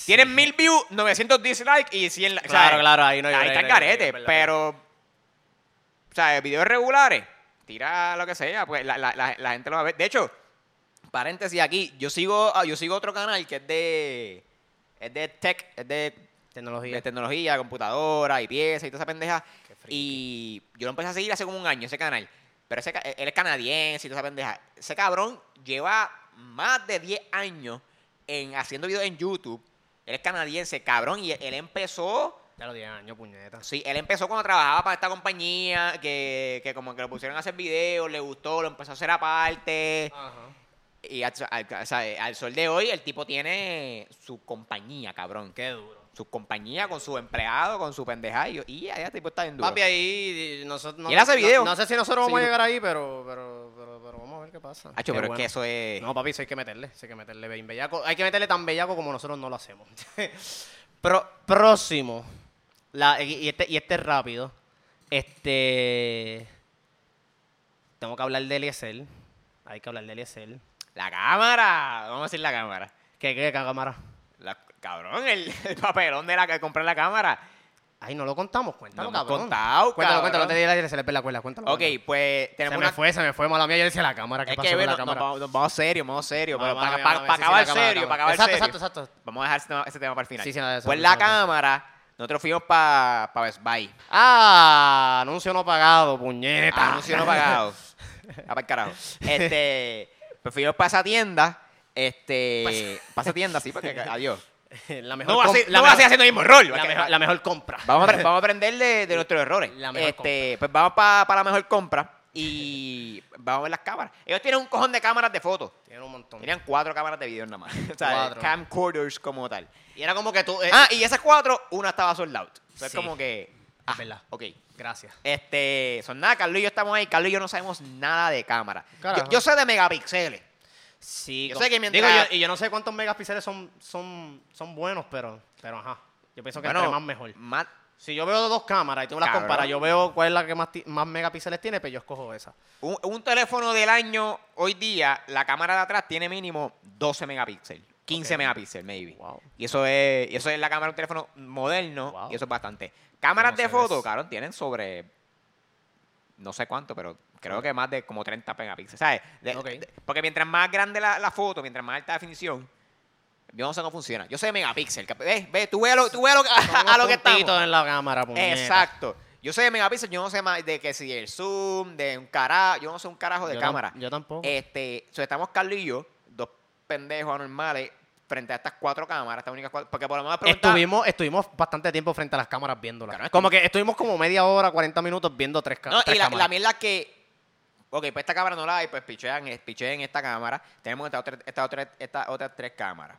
A: Tienes mil views, 900 dislikes y 100 likes.
B: Claro,
A: ¿sabes?
B: claro, ahí no hay
A: Ahí
B: break,
A: está el
B: no hay break,
A: carete,
B: es verdad,
A: pero. O sea, videos regulares, tira lo que sea, pues la, la- la- la gente lo va a ver. De hecho, paréntesis aquí, yo sigo, ah, yo sigo otro canal que es de. Es de tech, es de
B: Tecnología.
A: de tecnología, computadora y piezas y toda esa pendeja.
B: Qué friki.
A: Y yo lo empecé a seguir hace como un año, ese canal. Pero ese, ca- e, él es canadiense y toda esa pendeja. Ese cabrón lleva más de 10 años en haciendo videos en YouTube. Él es canadiense, cabrón, y él empezó...
B: Ya lo 10 años, puñeta.
A: Sí, él empezó cuando trabajaba para esta compañía, que, que como que lo pusieron a hacer videos, le gustó, lo empezó a hacer aparte.
B: Ajá.
A: Y al, al- o sea, al sol de hoy, el tipo tiene su compañía, cabrón
B: Qué duro.
A: su compañía, con su empleado, con su pendeja. Y, yo, y allá tipo está bien duro.
B: Papi, ahí nosotros...
A: Y él hace video.
B: No, sé si nosotros vamos
A: Sí.
B: a llegar ahí, pero, pero, pero, pero vamos a ver qué pasa.
A: Hacho,
B: Qué
A: pero es
B: bueno.
A: que eso es.
B: No, papi, eso hay que meterle. Eso hay que meterle bien bellaco. Hay que meterle tan bellaco como nosotros no lo hacemos. Pro- próximo. La- y, y este, y este es rápido. Este. Tengo que hablar de Eliezer. Hay que hablar de Eliezer.
A: La cámara. Vamos a decir la cámara.
B: ¿Qué, qué, qué cámara?
A: La, Cabrón, el, el papelón de la que compré la cámara.
B: Ay, no lo contamos,
A: No
B: cuéntalo,
A: hemos
B: cabrón.
A: contado,
B: cuéntalo,
A: cabrón.
B: cuéntalo, no te diré la se le pela la cuerda, cuéntalo.
A: Ok,
B: cuéntalo.
A: pues
B: se
A: tenemos
B: me
A: una.
B: fue, se me fue, mala mía, yo decía la cámara, ¿qué
A: Es
B: pasó
A: que,
B: con
A: bueno,
B: la
A: nos
B: cámara?
A: vamos, nos vamos serio, vamos serio.
B: Mala
A: Para,
B: mía,
A: para,
B: mala
A: para,
B: mía, sí, sí,
A: acabar
B: la cámara,
A: serio,
B: la
A: para
B: cámara.
A: acabar serio.
B: Exacto, exacto, exacto.
A: Vamos a dejar ese tema, ese tema para el final.
B: Sí, sí, nada, eso,
A: pues
B: eso,
A: la
B: eso.
A: cámara, nosotros fuimos para Best Buy.
B: Ah, anuncio no pagado, puñeta.
A: Anuncio no pagado. Ah, para carajo. Este, pues fuimos para esa tienda. Este, para esa tienda, sí, porque adiós.
B: la mejor
A: No va a
B: com-
A: ser-
B: la
A: no va a
B: mejor-
A: ser haciendo el mismo error.
B: la mejor- la mejor compra.
A: Vamos a, apre- vamos a aprender de, de nuestros errores.
B: La mejor
A: este, Pues vamos para la mejor compra y vamos a ver las cámaras. Ellos tienen un cojón de cámaras de fotos.
B: Tiene un montón.
A: Tenían cuatro cámaras de video nada más. O sea,
B: Cuatro.
A: camcorders como tal.
B: Y era como que tú. eh,
A: Ah, y esas cuatro, una estaba sold out. O sea, es
B: Sí.
A: como que... Ah,
B: verdad.
A: Ok.
B: Gracias.
A: Este, son nada, Carlos y yo estamos ahí. Carlos y yo no sabemos nada de cámara.
B: Carajo.
A: Yo, yo sé de megapíxeles.
B: Sí,
A: Yo
B: como-
A: sé que mientras-
B: Digo, yo- y yo no sé cuántos megapíxeles son, son, son buenos, pero, pero ajá. Yo pienso que entre más mejor.
A: más-
B: Si yo veo dos cámaras y tú las
A: Cabrón.
B: comparas, yo veo cuál es la que más, ti- más megapíxeles tiene, pero yo escojo esa.
A: un, un teléfono del año, hoy día, la cámara de atrás tiene mínimo 12 megapíxeles. 15
B: Ok.
A: megapíxeles, maybe.
B: Wow.
A: Y eso es, y eso es la cámara de un teléfono moderno.
B: Wow.
A: Y eso es bastante. Cámaras
B: Yo no
A: de
B: sé de
A: foto,
B: eso.
A: cabrón, tienen sobre. No sé cuánto, pero creo que más de como 30 megapíxeles. ¿Sabes? De-
B: Ok.
A: de- porque mientras más grande la, la foto, mientras más alta definición, yo no sé cómo funciona. Yo sé de megapíxeles. cap- Ve, ve, tú ve a lo, tú ve a lo,
B: Son
A: a lo
B: unos
A: que
B: puntitos
A: estamos.
B: en la cámara, puñeta.
A: Exacto. Yo sé de megapíxeles, yo no sé más de que si el zoom, de un carajo, yo no sé un carajo de
B: Yo tam-
A: cámara.
B: yo tampoco.
A: Este, so, estamos Carlos y yo, dos pendejos anormales, frente a estas cuatro cámaras, estas únicas cuatro, porque por lo menos preguntar-
B: Estuvimos, estuvimos bastante tiempo frente a las cámaras viéndolas.
A: Claro,
B: como que estuvimos como media hora, 40 minutos viendo tres, ca-
A: No,
B: tres
A: y la, la
B: cámaras.
A: mierda que, ok, pues esta cámara no la hay, pues pichean, eh, picheen esta cámara, tenemos estas otra, esta otra, esta otras tres cámaras.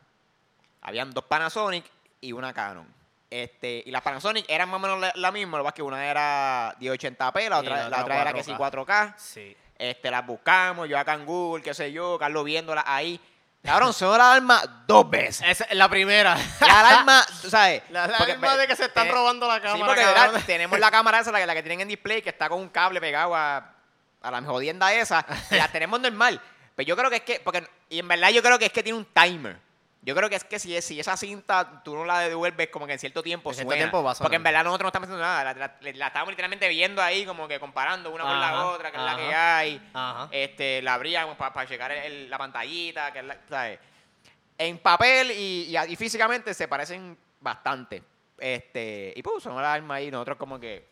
A: Habían dos Panasonic y una Canon. Este, y las Panasonic eran más o menos la, la misma, lo que pasa es que una era 1080p, la
B: Y
A: otra,
B: la
A: la
B: otra
A: otra era que sí 4K.
B: Sí.
A: Este, las buscamos, yo acá en Google, qué sé yo, Carlos viéndolas ahí. Cabrón, sonó la alarma dos veces.
B: Esa es la primera.
A: La alarma, tú sabes.
B: La
A: porque
B: alarma
A: me- eh,
B: de que se están
A: te-
B: robando la
A: Sí,
B: cámara.
A: porque ¿verdad?
B: cabrón.
A: tenemos la cámara esa, la que, la que tienen en display, que está con un cable pegado a, a la jodienda esa. y la tenemos normal. Pero yo creo que es que, porque, y en verdad yo creo que es que tiene un timer. Yo creo que es que si, es- si esa cinta tú no la devuelves como que en cierto tiempo
B: En cierto
A: suena.
B: tiempo va a sonar.
A: porque en verdad nosotros no estamos haciendo nada. La, la- la estábamos literalmente viendo ahí como que comparando una con la
B: Ajá,
A: otra, que es la que
B: ajá.
A: hay.
B: Ajá.
A: Este, la abríamos para checar el- el- la pantallita, que es la, ¿sabes? en papel y, y, y físicamente se parecen bastante. Este, y pues sonó la arma ahí, nosotros como que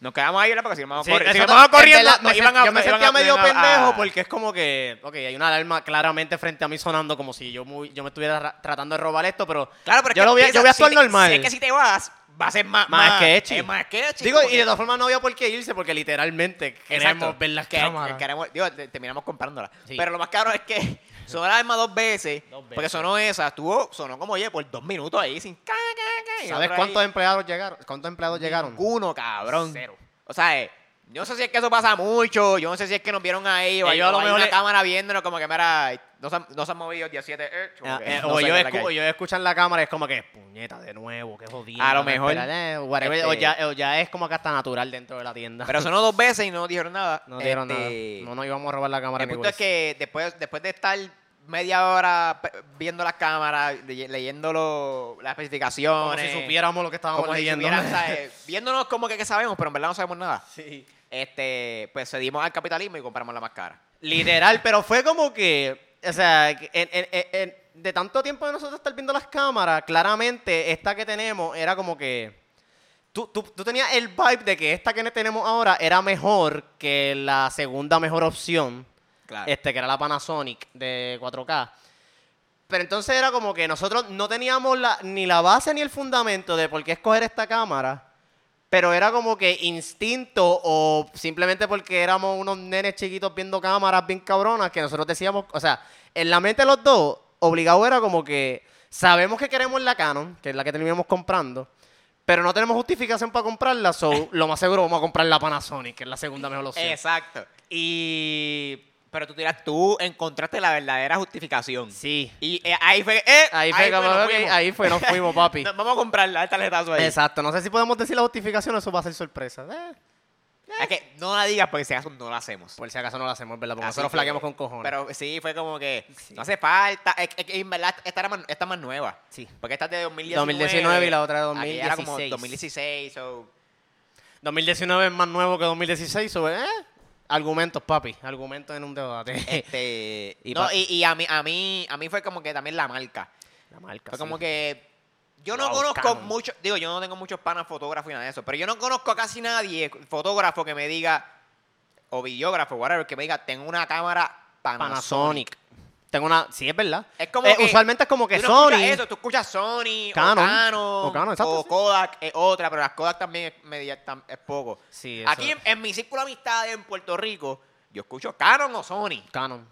A: nos quedamos ahí, ¿verdad? Porque si nos vamos,
B: Sí,
A: corri- si
B: eso
A: nos
B: ta-
A: vamos
B: en
A: corriendo,
B: verdad, me
A: nos iban a-
B: sent- yo me
A: nos iban
B: sentía
A: a- ah.
B: medio
A: nos iban a-
B: pendejo porque es como que, ok, hay una alarma claramente frente a mí sonando como si yo, muy- yo me estuviera ra- tratando de robar esto, pero
A: Claro, pero es
B: yo,
A: que
B: lo voy, a-
A: piensa,
B: yo voy a
A: si
B: actuar
A: te-
B: normal.
A: si es que si te vas, va a ser más,
B: Más sketchy.
A: es más sketchy,
B: Digo,
A: como
B: y
A: que-
B: de todas formas no había por qué irse porque literalmente queremos
A: Exacto.
B: ver las
A: Que-
B: cámaras.
A: queremos- digo, te- terminamos comprándola.
B: Sí.
A: Pero lo más caro es que sonó la arma dos veces,
B: Dos veces.
A: porque sonó esa, estuvo, sonó como oye por dos minutos ahí sin ca, ca, ca, y
B: ¿Sabes
A: otra
B: cuántos
A: ahí.
B: empleados llegaron? ¿Cuántos empleados llegaron?
A: Ninguno, cabrón.
B: Cero.
A: O sea, eh, yo no sé si es que eso pasa mucho, yo no sé si es que nos vieron ahí, o
B: Ellos
A: hay,
B: a lo
A: o hay
B: mejor
A: una
B: le-
A: cámara viéndonos como que, mira, no se han, no se han movido 17, eh, como
B: Ah,
A: que
B: eh,
A: no sé
B: o ellos
A: qué es la que
B: escu-
A: hay.
B: ellos escuchan la cámara y es como que, puñeta, de nuevo, qué jodido.
A: A lo mejor.
B: eh, o,
A: Este-
B: ya, o ya es como que hasta natural dentro de la tienda.
A: Pero sonó dos veces y no nos dijeron nada.
B: no dieron
A: Este,
B: nada. No nos íbamos a robar la cámara.
A: El punto
B: anyways.
A: es que después, después de estar media hora pe- viendo las cámaras, leye- leyendo lo- las
B: Como
A: especificaciones,
B: si supiéramos lo que estábamos
A: como si
B: leyendo.
A: supieran, ¿sabes? viéndonos como que, que sabemos, pero en verdad no sabemos nada,
B: Sí.
A: este, pues cedimos al capitalismo y compramos la más cara.
B: Literal, pero fue como que, o sea, que en- en- en- en- de tanto tiempo de nosotros estar viendo las cámaras, claramente esta que tenemos era como que... Tú, tú- tú tenías el vibe de que esta que tenemos ahora era mejor que la segunda mejor opción,
A: Claro.
B: este que era la Panasonic de 4K. Pero entonces era como que nosotros no teníamos la- ni la base ni el fundamento de por qué escoger esta cámara. Pero era como que instinto o simplemente porque éramos unos nenes chiquitos viendo cámaras bien cabronas que nosotros decíamos, o sea, en la mente de los dos, obligado era como que sabemos que queremos la Canon, que es la que terminamos comprando, pero no tenemos justificación para comprarla, so lo más seguro vamos a comprar la Panasonic, que es la segunda mejor opción.
A: Exacto. Y pero tú tiras, tú encontraste la verdadera justificación.
B: Sí.
A: Y eh, ahí fue, eh,
B: Ahí fue, como-
A: nos
B: ok,
A: fuimos.
B: ahí fue, nos fuimos, papi.
A: Vamos a comprarla, el tarjetazo ahí.
B: Exacto, no sé si podemos decir la justificación, eso va a ser sorpresa. Eh,
A: Es que no la digas porque si acaso no la hacemos.
B: Por si acaso no lo hacemos, ¿verdad? Porque
A: Así
B: nosotros
A: que-
B: flaqueamos con cojones.
A: Pero sí, fue como que
B: Sí.
A: no hace falta. Es- es que en verdad, esta, era más, esta es más nueva.
B: Sí.
A: Porque esta es de 2019.
B: 2019 y la otra de
A: Aquella Era como
B: 2016.
A: 2016. o
B: 2019 es más nuevo que 2016, ¿o ¿eh? Argumentos, papi. Argumentos en un debate.
A: este,
B: Y
A: no,
B: pa-
A: y, y a, mí, a, mí, a mí fue como que también la marca.
B: La marca.
A: Fue
B: sí.
A: como que yo no
B: Wow,
A: conozco
B: Canon.
A: mucho, digo, yo no tengo muchos panas fotógrafos y nada de eso, pero yo no conozco a casi nadie fotógrafo que me diga, o videógrafo, whatever, que me diga, tengo una cámara Panasonic.
B: Panasonic. Tengo una. Sí, es verdad.
A: Es como
B: Eh,
A: que-
B: usualmente es como que
A: Tú no
B: Sony.
A: escuchas eso, tú escuchas Sony,
B: Canon,
A: o Canon,
B: o Canon, exacto,
A: o
B: sí.
A: Kodak, es otra, pero las Kodak también es, media- tam- es poco.
B: Sí, eso-
A: Aquí en, en mi círculo de amistades en Puerto Rico, yo escucho Canon o Sony.
B: Canon.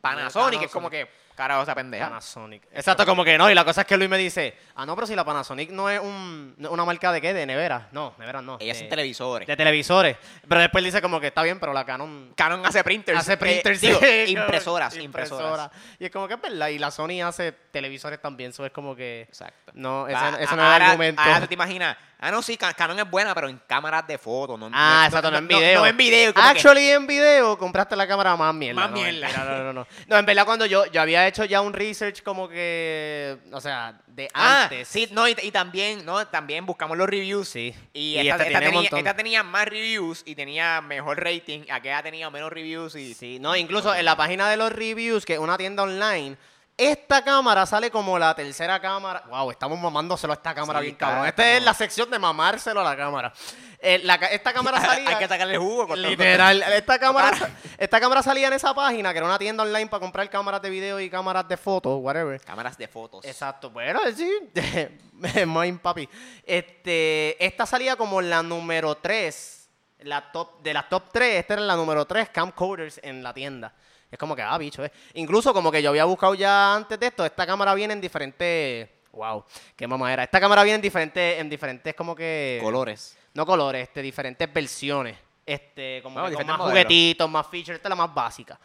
A: Panasonic,
B: Canon,
A: que es como
B: Sony.
A: que, carajo, esa pendeja.
B: Panasonic. Exacto, como que no. Y la cosa es que Luis me dice, ah, no, pero si la Panasonic no es un, no es una marca de qué, de neveras. No, neveras no.
A: Ellas
B: de,
A: son televisores.
B: de televisores. Pero después dice como que está bien, pero la Canon
A: Canon hace printers.
B: hace
A: eh,
B: printers.
A: digo,
B: sí, como-
A: impresoras, impresoras.
B: Y es como que es verdad. Y la Sony hace televisores también. Eso es como que...
A: Exacto.
B: No, ese,
A: Va,
B: ese
A: a-
B: no es el
A: ahora-
B: argumento.
A: Ahora tú te imaginas. Ah, no, sí, Ca- Canon es buena, pero en cámaras de fotos. No,
B: Ah, exacto, no, en video.
A: No, en video. como que-
B: Actually, en video compraste la cámara más mierda.
A: Más
B: no,
A: mierda.
B: mentira, No, no, no. No, en verdad, cuando yo, yo había hecho ya un research como que. O sea, de
A: ah,
B: antes.
A: sí, no, y, y también, no, también buscamos los reviews.
B: Sí.
A: Y,
B: Y
A: esta,
B: esta
A: esta
B: tiene un
A: tenía,
B: montón.
A: esta tenía más reviews y tenía mejor rating. Aquella tenía menos reviews y...
B: Sí, no, incluso en la página de los reviews, que es una tienda online, esta cámara sale como la tercera cámara. Wow, estamos mamándoselo a esta cámara
A: Sí,
B: bien
A: está,
B: cabrón.
A: está
B: Esta es
A: como-
B: la sección de mamárselo a la cámara. Eh, la ca- esta cámara salía.
A: Hay que sacarle jugo. con todo.
B: Literal, esta cámara, esta cámara salía en esa página, que era una tienda online para comprar cámaras de video y cámaras de fotos, whatever.
A: Cámaras de fotos.
B: Exacto, pero sí, Mind Papi. Este, esta salía como la número 3, la top, de las top 3, esta era la número 3 camcoders en la tienda. Es como que, ah, bicho, eh. Incluso como que yo había buscado ya antes de esto, esta cámara viene en diferentes, wow, qué mamá era. Esta cámara viene en diferentes, en diferentes como que...
A: Colores.
B: No colores, este, diferentes versiones. Este, como
A: Bueno,
B: que con
A: diferentes
B: más
A: modelos.
B: juguetitos, más features, esta es la más básica.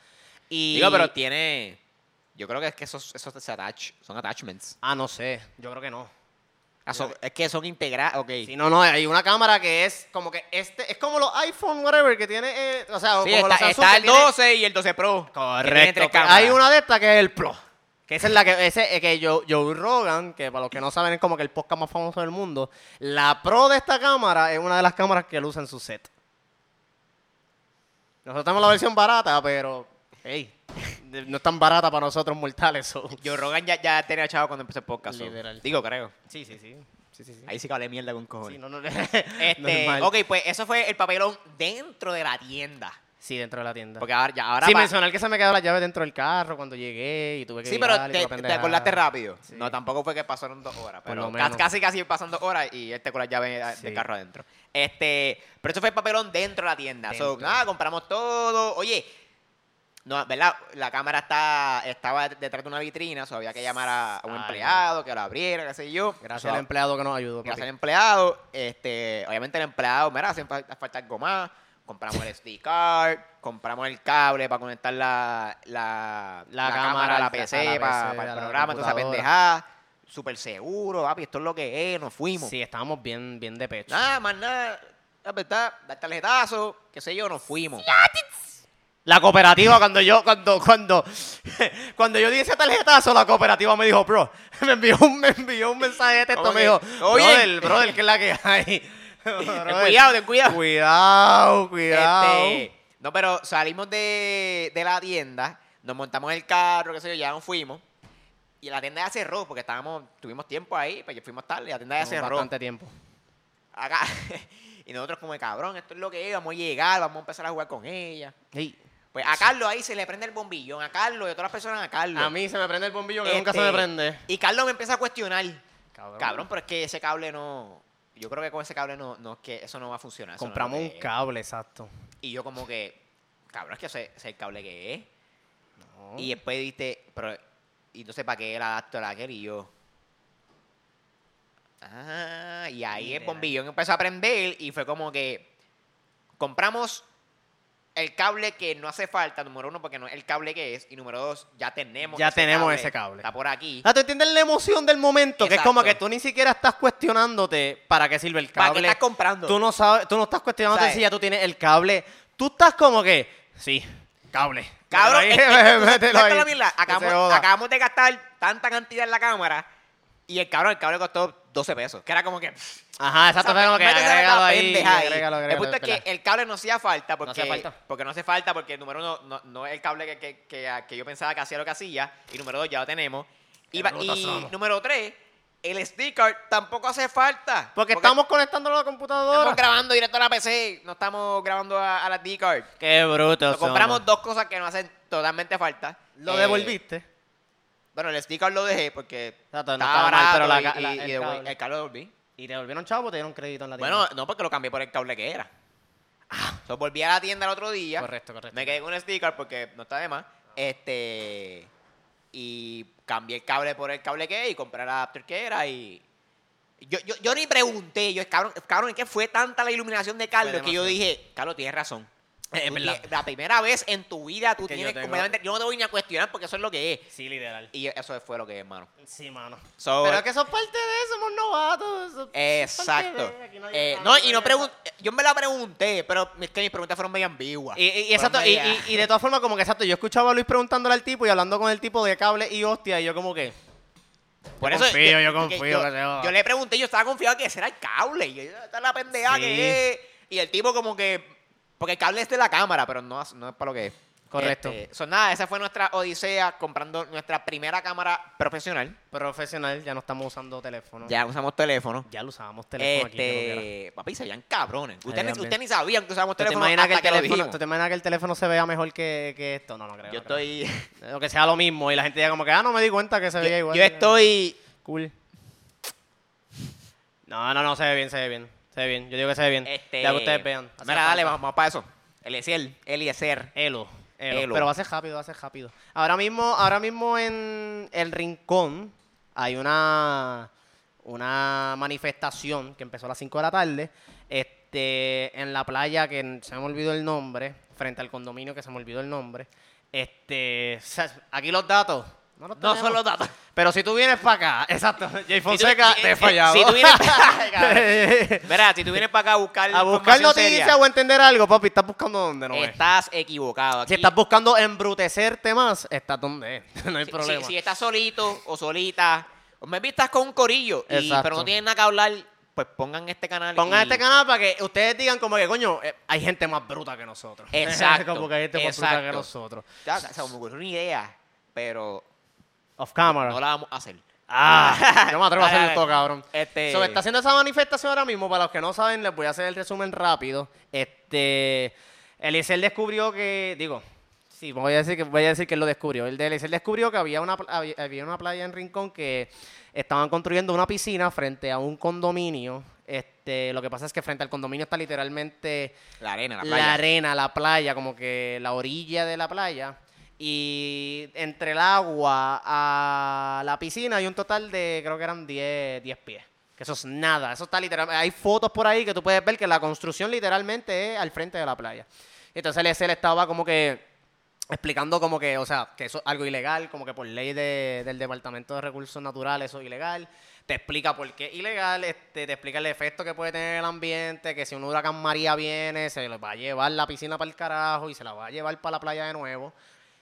B: Y...
A: Digo, pero tiene... Yo creo que es que esos, esos se attach- son attachments.
B: Ah, no sé, yo creo que no.
A: Ah, son- es que son integrados, ok.
B: Sí, no, no, hay una cámara que es como que este, es como los iPhone, whatever, que tiene, eh, o sea, o
A: Sí,
B: como los
A: está,
B: Samsung
A: está
B: que
A: el
B: tiene-
A: 12 y el 12 Pro. que tiene
B: Correcto,
A: tres
B: pero
A: cámaras.
B: hay una de estas que es el Pro, que esa es la que, ese, eh, que Joe, Joe Rogan, que para los que no saben es como que el podcast más famoso del mundo, la Pro de esta cámara es una de las cámaras que él usa en su set. Nosotros tenemos la versión barata, pero, hey, no es tan barata para nosotros mortales. so.
A: Yo Rogan ya, ya tenía chavo cuando empezó el podcast. so.
B: Literal.
A: Digo, creo.
B: Sí, sí, sí. Sí, sí, sí.
A: Ahí sí que hablé mierda con cojones.
B: Sí, no, no,
A: Este,
B: normal.
A: ok, pues eso fue el papelón dentro de la tienda.
B: Sí, dentro de la tienda.
A: Porque ahora ya ahora
B: Sin
A: va-
B: mencionar que se me quedó la llave dentro del carro cuando llegué y tuve que
A: Sí,
B: virar
A: pero
B: y
A: te,
B: toda la
A: te acordaste
B: pendejada.
A: rápido.
B: Sí.
A: No, tampoco fue que pasaron dos horas.
B: Por
A: Pero
B: lo
A: ca-
B: menos.
A: casi casi pasan dos horas y él te con la llave eh,
B: Sí.
A: del carro adentro. Este, pero eso fue el papelón dentro de la tienda. So,
B: Dentro.
A: nada, compramos todo. Oye, no, ¿verdad? La cámara está, estaba detrás de una vitrina, so había que llamar a a un
B: Ay.
A: empleado, que la abriera, qué sé yo.
B: Gracias
A: So,
B: al empleado que nos ayudó. papi.
A: Gracias al empleado. Este, obviamente el empleado, mira, hacen fal- falta algo más. Compramos el SD card, compramos el cable para conectar la, la,
B: La cámara
A: cámara a
B: a
A: la
B: la
A: PC,
B: PC,
A: para,
B: a la
A: el programa, toda esa
B: computadora.
A: pendejada. Súper seguro, papi, esto es lo que es, nos fuimos.
B: Sí, estábamos bien, bien de pecho.
A: Nada, más nada, la verdad, dar tarjetazo, qué sé yo, nos fuimos.
B: La cooperativa, cuando yo, cuando, cuando, cuando yo di ese tarjetazo, la cooperativa me dijo, bro, me envió un, me envió un mensaje de texto,
A: Como
B: me
A: que,
B: dijo,
A: "Oye".
B: brother, brother, que es la que hay. Brother,
A: cuidado, ten cuidado.
B: Cuidado, cuidado.
A: Este, no, pero salimos de, de la tienda, nos montamos en el carro, qué sé yo, ya nos fuimos. Y la tienda ya cerró porque estábamos, tuvimos tiempo ahí, pues fuimos tarde, la tienda ya
B: Tuvimos
A: cerró.
B: Bastante tiempo.
A: Acá. y nosotros como, cabrón, esto es lo que es, vamos a llegar, vamos a empezar a jugar con ella.
B: Sí.
A: Pues a Carlos ahí se le prende el bombillón, a Carlos y a todas las personas a Carlos.
B: A mí se me prende el bombillo que
A: Este,
B: nunca se me prende.
A: Y Carlos me empieza a cuestionar.
B: Cabrón.
A: Cabrón, pero es que ese cable no... Yo creo que con ese cable no, no es que eso no va a funcionar. eso no es lo
B: Compramos
A: que
B: un
A: es".
B: cable, exacto.
A: Y yo como que, cabrón, es que ese, ese es el cable que es.
B: No.
A: Y después diste, pero, y entonces para qué el adapter aquel y yo. Ah, y ahí el
B: Literal.
A: bombillón empezó a prender y fue como que compramos el cable que no hace falta, número uno, porque no es el cable que es, y número dos, ya tenemos
B: Ya tenemos ese cable.
A: Está por aquí.
B: Ah, ¿tú entiendes la emoción del momento? Que es como que
A: Exacto.
B: tú ni siquiera estás cuestionándote para qué sirve el
A: ¿Para
B: cable.
A: qué estás comprando?
B: Tú no sabes, tú no estás cuestionándote
A: ¿Sabes?
B: si ya tú tienes el cable. Tú estás como que, sí, cable.
A: Cabrón,
B: Mételo
A: es que-
B: ahí,
A: tú sabes- tú
B: mételo
A: sabes
B: ahí,
A: la mierda?
B: que se
A: Acabamos,
B: joda.
A: acabamos de gastar tanta cantidad en la cámara y el cabrón, el cable costó 12 pesos. Que era como que. pff,
B: Ajá, exacto,
A: o sea,
B: como que
A: métesela en la
B: agrégalo ahí,
A: pendeja ahí.
B: agrégalo,
A: el
B: agrégalo,
A: punto es que
B: espera.
A: el cable no hacía falta porque
B: No hacía falta.
A: porque no hace falta porque número uno no, no es el cable que, que- que- que yo pensaba que hacía lo que hacía y número dos ya lo tenemos y,
B: Qué
A: va-
B: brutos
A: y
B: somos.
A: número tres el sticker tampoco hace falta
B: Porque estamos conectándolo a la computadora.
A: estamos grabando directo a la PC no estamos grabando a, a la D-Card
B: Qué bruto.
A: Lo compramos dos cosas que no hacen totalmente falta
B: Lo
A: Eh,
B: devolviste.
A: bueno, el sticker lo dejé porque
B: Exacto, no
A: estaba
B: estaba mal,
A: barato
B: pero la
A: y-
B: ca- la-
A: y- y
B: el
A: de-
B: cable.
A: el cable lo devolví.
B: Y te devolvieron chavo, te dieron crédito en la tienda.
A: Bueno, no, porque lo cambié por el cable que era. So, volví a la tienda el otro día.
B: Ah. Correcto, correcto.
A: Me quedé con un sticker porque no está de más. Este. Y cambié el cable por el cable que y compré la adapter que era y. Yo, yo, yo ni pregunté, yo, cabrón, cabrón, es que fue tanta la iluminación de Carlos que yo
B: demasiado.
A: dije, Carlos, tienes razón.
B: Es
A: Tú
B: verdad.
A: tie- La primera vez en tu vida tú
B: Que yo
A: tienes
B: tengo-
A: completamente. Yo no te voy ni a cuestionar porque eso es lo que es.
B: Sí, literal.
A: Y eso fue lo que es, hermano.
B: Sí, mano.
A: So,
B: Pero es que sos parte de, somos novatos. sos- sos parte
A: Exacto.
B: de, aquí
A: Eh,
B: hay-
A: no, y no
B: hay-
A: pregunté. Yo me la pregunté, pero es que mis preguntas fueron medio ambiguas.
B: Y, y- y exacto, y,
A: Fueron media-
B: y- y de todas formas, como que exacto, yo escuchaba a Luis preguntándole al tipo y hablando con el tipo de cable y hostia, y yo como que.
A: Por
B: yo
A: eso
B: confío, yo
A: que
B: confío
A: yo,
B: que se joda.
A: yo le pregunté, yo estaba confiado que ese era el cable. Y yo, esta es la pendeja
B: Sí.
A: que es. Y el tipo, como que. Porque el cable es de la cámara, pero no, no es para lo que es.
B: Correcto.
A: Este, so, nada, esa fue nuestra odisea comprando nuestra primera cámara profesional.
B: Profesional, ya no estamos usando teléfono.
A: Ya usamos teléfono.
B: Ya lo usábamos teléfono aquí. que no quiera.
A: este, papi, se veían cabrones. Ustedes,
B: veían
A: ni-
B: bien.
A: ustedes ni sabían que usábamos
B: ¿Tú te,
A: teléfono.
B: imaginas que el
A: hasta que lo
B: teléfono,
A: dijimos.
B: tú te imaginas que el teléfono se vea mejor que, que esto? No, no creo.
A: Yo
B: no creo.
A: estoy.
B: O que sea lo mismo y la gente ya como que, ah, no me di cuenta que se veía
A: Yo,
B: igual.
A: yo estoy.
B: Cool. No, no, no, se ve bien, se ve bien. Se ve bien. Yo digo que se ve bien.
A: Este,
B: Ya que ustedes vean. Hace
A: Mira, dale,
B: falta.
A: vamos, vamos para eso. Eliezer, Eliezer.
B: Elo, elo.
A: Elo.
B: Pero va a ser rápido, va a ser rápido. Ahora mismo, ahora mismo en el rincón hay una, una manifestación que empezó a las 5 de la tarde. Este, en la playa que n- se me olvidó el nombre, frente al condominio que se me olvidó el nombre. Este, o sea, aquí los datos. No, los
A: No
B: tenemos.
A: solo datos.
B: Pero si tú vienes para acá, exacto, Jay Fonseca,
A: si-
B: te he
A: eh,
B: fallado.
A: si tú vienes pa- Mira, si tú vienes para acá a buscar.
B: a buscar
A: información
B: noticias
A: seria,
B: o entender algo, papi, estás buscando dónde, ¿no? es.
A: Estás equivocado. Aquí,
B: Si estás buscando embrutecerte más, estás donde es. No hay
A: si-
B: problema.
A: Si, si estás solito o solita, o me vistas con un corillo, y-
B: Exacto.
A: pero no tienen nada que hablar, pues pongan este canal.
B: Pongan
A: y-
B: este canal para que ustedes digan como que, coño, eh, hay gente más bruta que nosotros.
A: Exacto,
B: como que hay gente más bruta que
A: exacto.
B: nosotros.
A: Ya, o sea, se me ocurrió una idea, pero
B: Off camera.
A: no la vamos a hacer.
B: Ah, yo me atrevo
A: Dale,
B: a hacer
A: dale.
B: esto, cabrón.
A: Este-
B: So, está haciendo esa manifestación ahora mismo. Para los que no saben, les voy a hacer el resumen rápido. Este, Eliezer descubrió que, digo, sí, voy a decir que voy a decir que él lo descubrió. El de Eliezer descubrió que había una pla- había, había una playa en Rincón que estaban construyendo una piscina frente a un condominio. Este, lo que pasa es que frente al condominio está literalmente
A: La arena, la
B: la,
A: playa.
B: arena, la playa, como que la orilla de la playa. Y entre el agua a la piscina hay un total de, creo que eran 10, 10 pies. Que eso es nada, eso está literalmente. Hay fotos por ahí que tú puedes ver que la construcción literalmente es al frente de la playa. Entonces el ESL estaba como que explicando como que, o sea, que eso es algo ilegal, como que por ley de- del Departamento de Recursos Naturales eso es ilegal. Te explica por qué es ilegal, este, te explica el efecto que puede tener el ambiente, que si un huracán María viene, se lo va a llevar la piscina para el carajo y se la va a llevar para la playa de nuevo.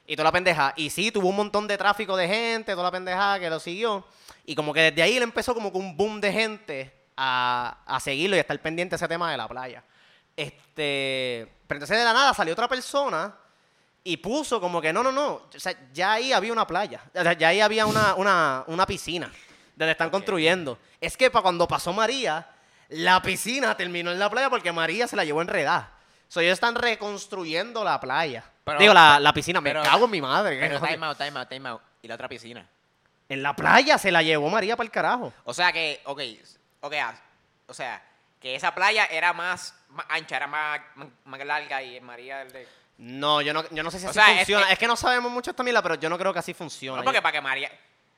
B: Y toda la pendeja. Y sí, tuvo un montón de tráfico de gente, toda la pendeja que lo siguió. Y como que desde ahí le empezó como que un boom de gente a, a seguirlo y a estar pendiente de ese tema de la playa. Este, pero entonces de la nada salió otra persona y puso como que no, no, no. O sea, ya ahí había una playa. O sea, ya ahí había una, una, una piscina donde están construyendo. Es que para cuando pasó María, la piscina terminó en la playa porque María se la llevó enredada. So, ellos están reconstruyendo la playa.
A: Pero-
B: Digo, la, la piscina. Me
A: pero-
B: cago en mi madre.
A: Pero time out, time out, time out. Y la otra piscina.
B: en la playa se la llevó María para el carajo.
A: O sea que, ok, ok, ah, o sea, que esa playa era más, más ancha, era más, más, más larga y en María... el de-
B: No, yo no, yo no sé si
A: O
B: así
A: sea, es-
B: funciona. Es,
A: es-
B: que no sabemos mucho esta mierda, pero yo no creo que así funciona.
A: No, porque para que María...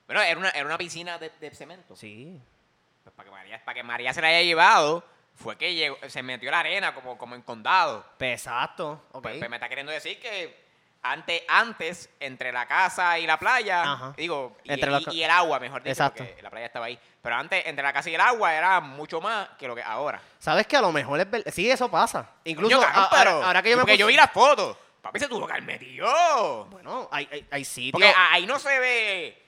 A: Bueno, era una, era una piscina de, de cemento.
B: Sí.
A: Pues para, que María, para que María se la haya llevado, fue que llegó- se metió a la arena como, como en condado.
B: Exacto. Ok.
A: Pues, pues me está queriendo decir que antes, antes entre la casa y la playa,
B: Ajá.
A: digo, y,
B: Entre la
A: y-
B: ca-
A: y el agua, mejor dicho,
B: Exacto.
A: porque la playa estaba ahí. Pero antes, entre la casa y el agua, era mucho más que lo que ahora.
B: Sabes que a lo mejor es ver- Sí, eso pasa. Incluso
A: Yo, cabrón,
B: a-
A: pero-
B: ahora, ahora que yo me
A: porque
B: puse-
A: yo vi las fotos. Papi se tuvo que haber metido.
B: Bueno, hay, hay, hay sitios.
A: Porque ah, a- ahí no se ve.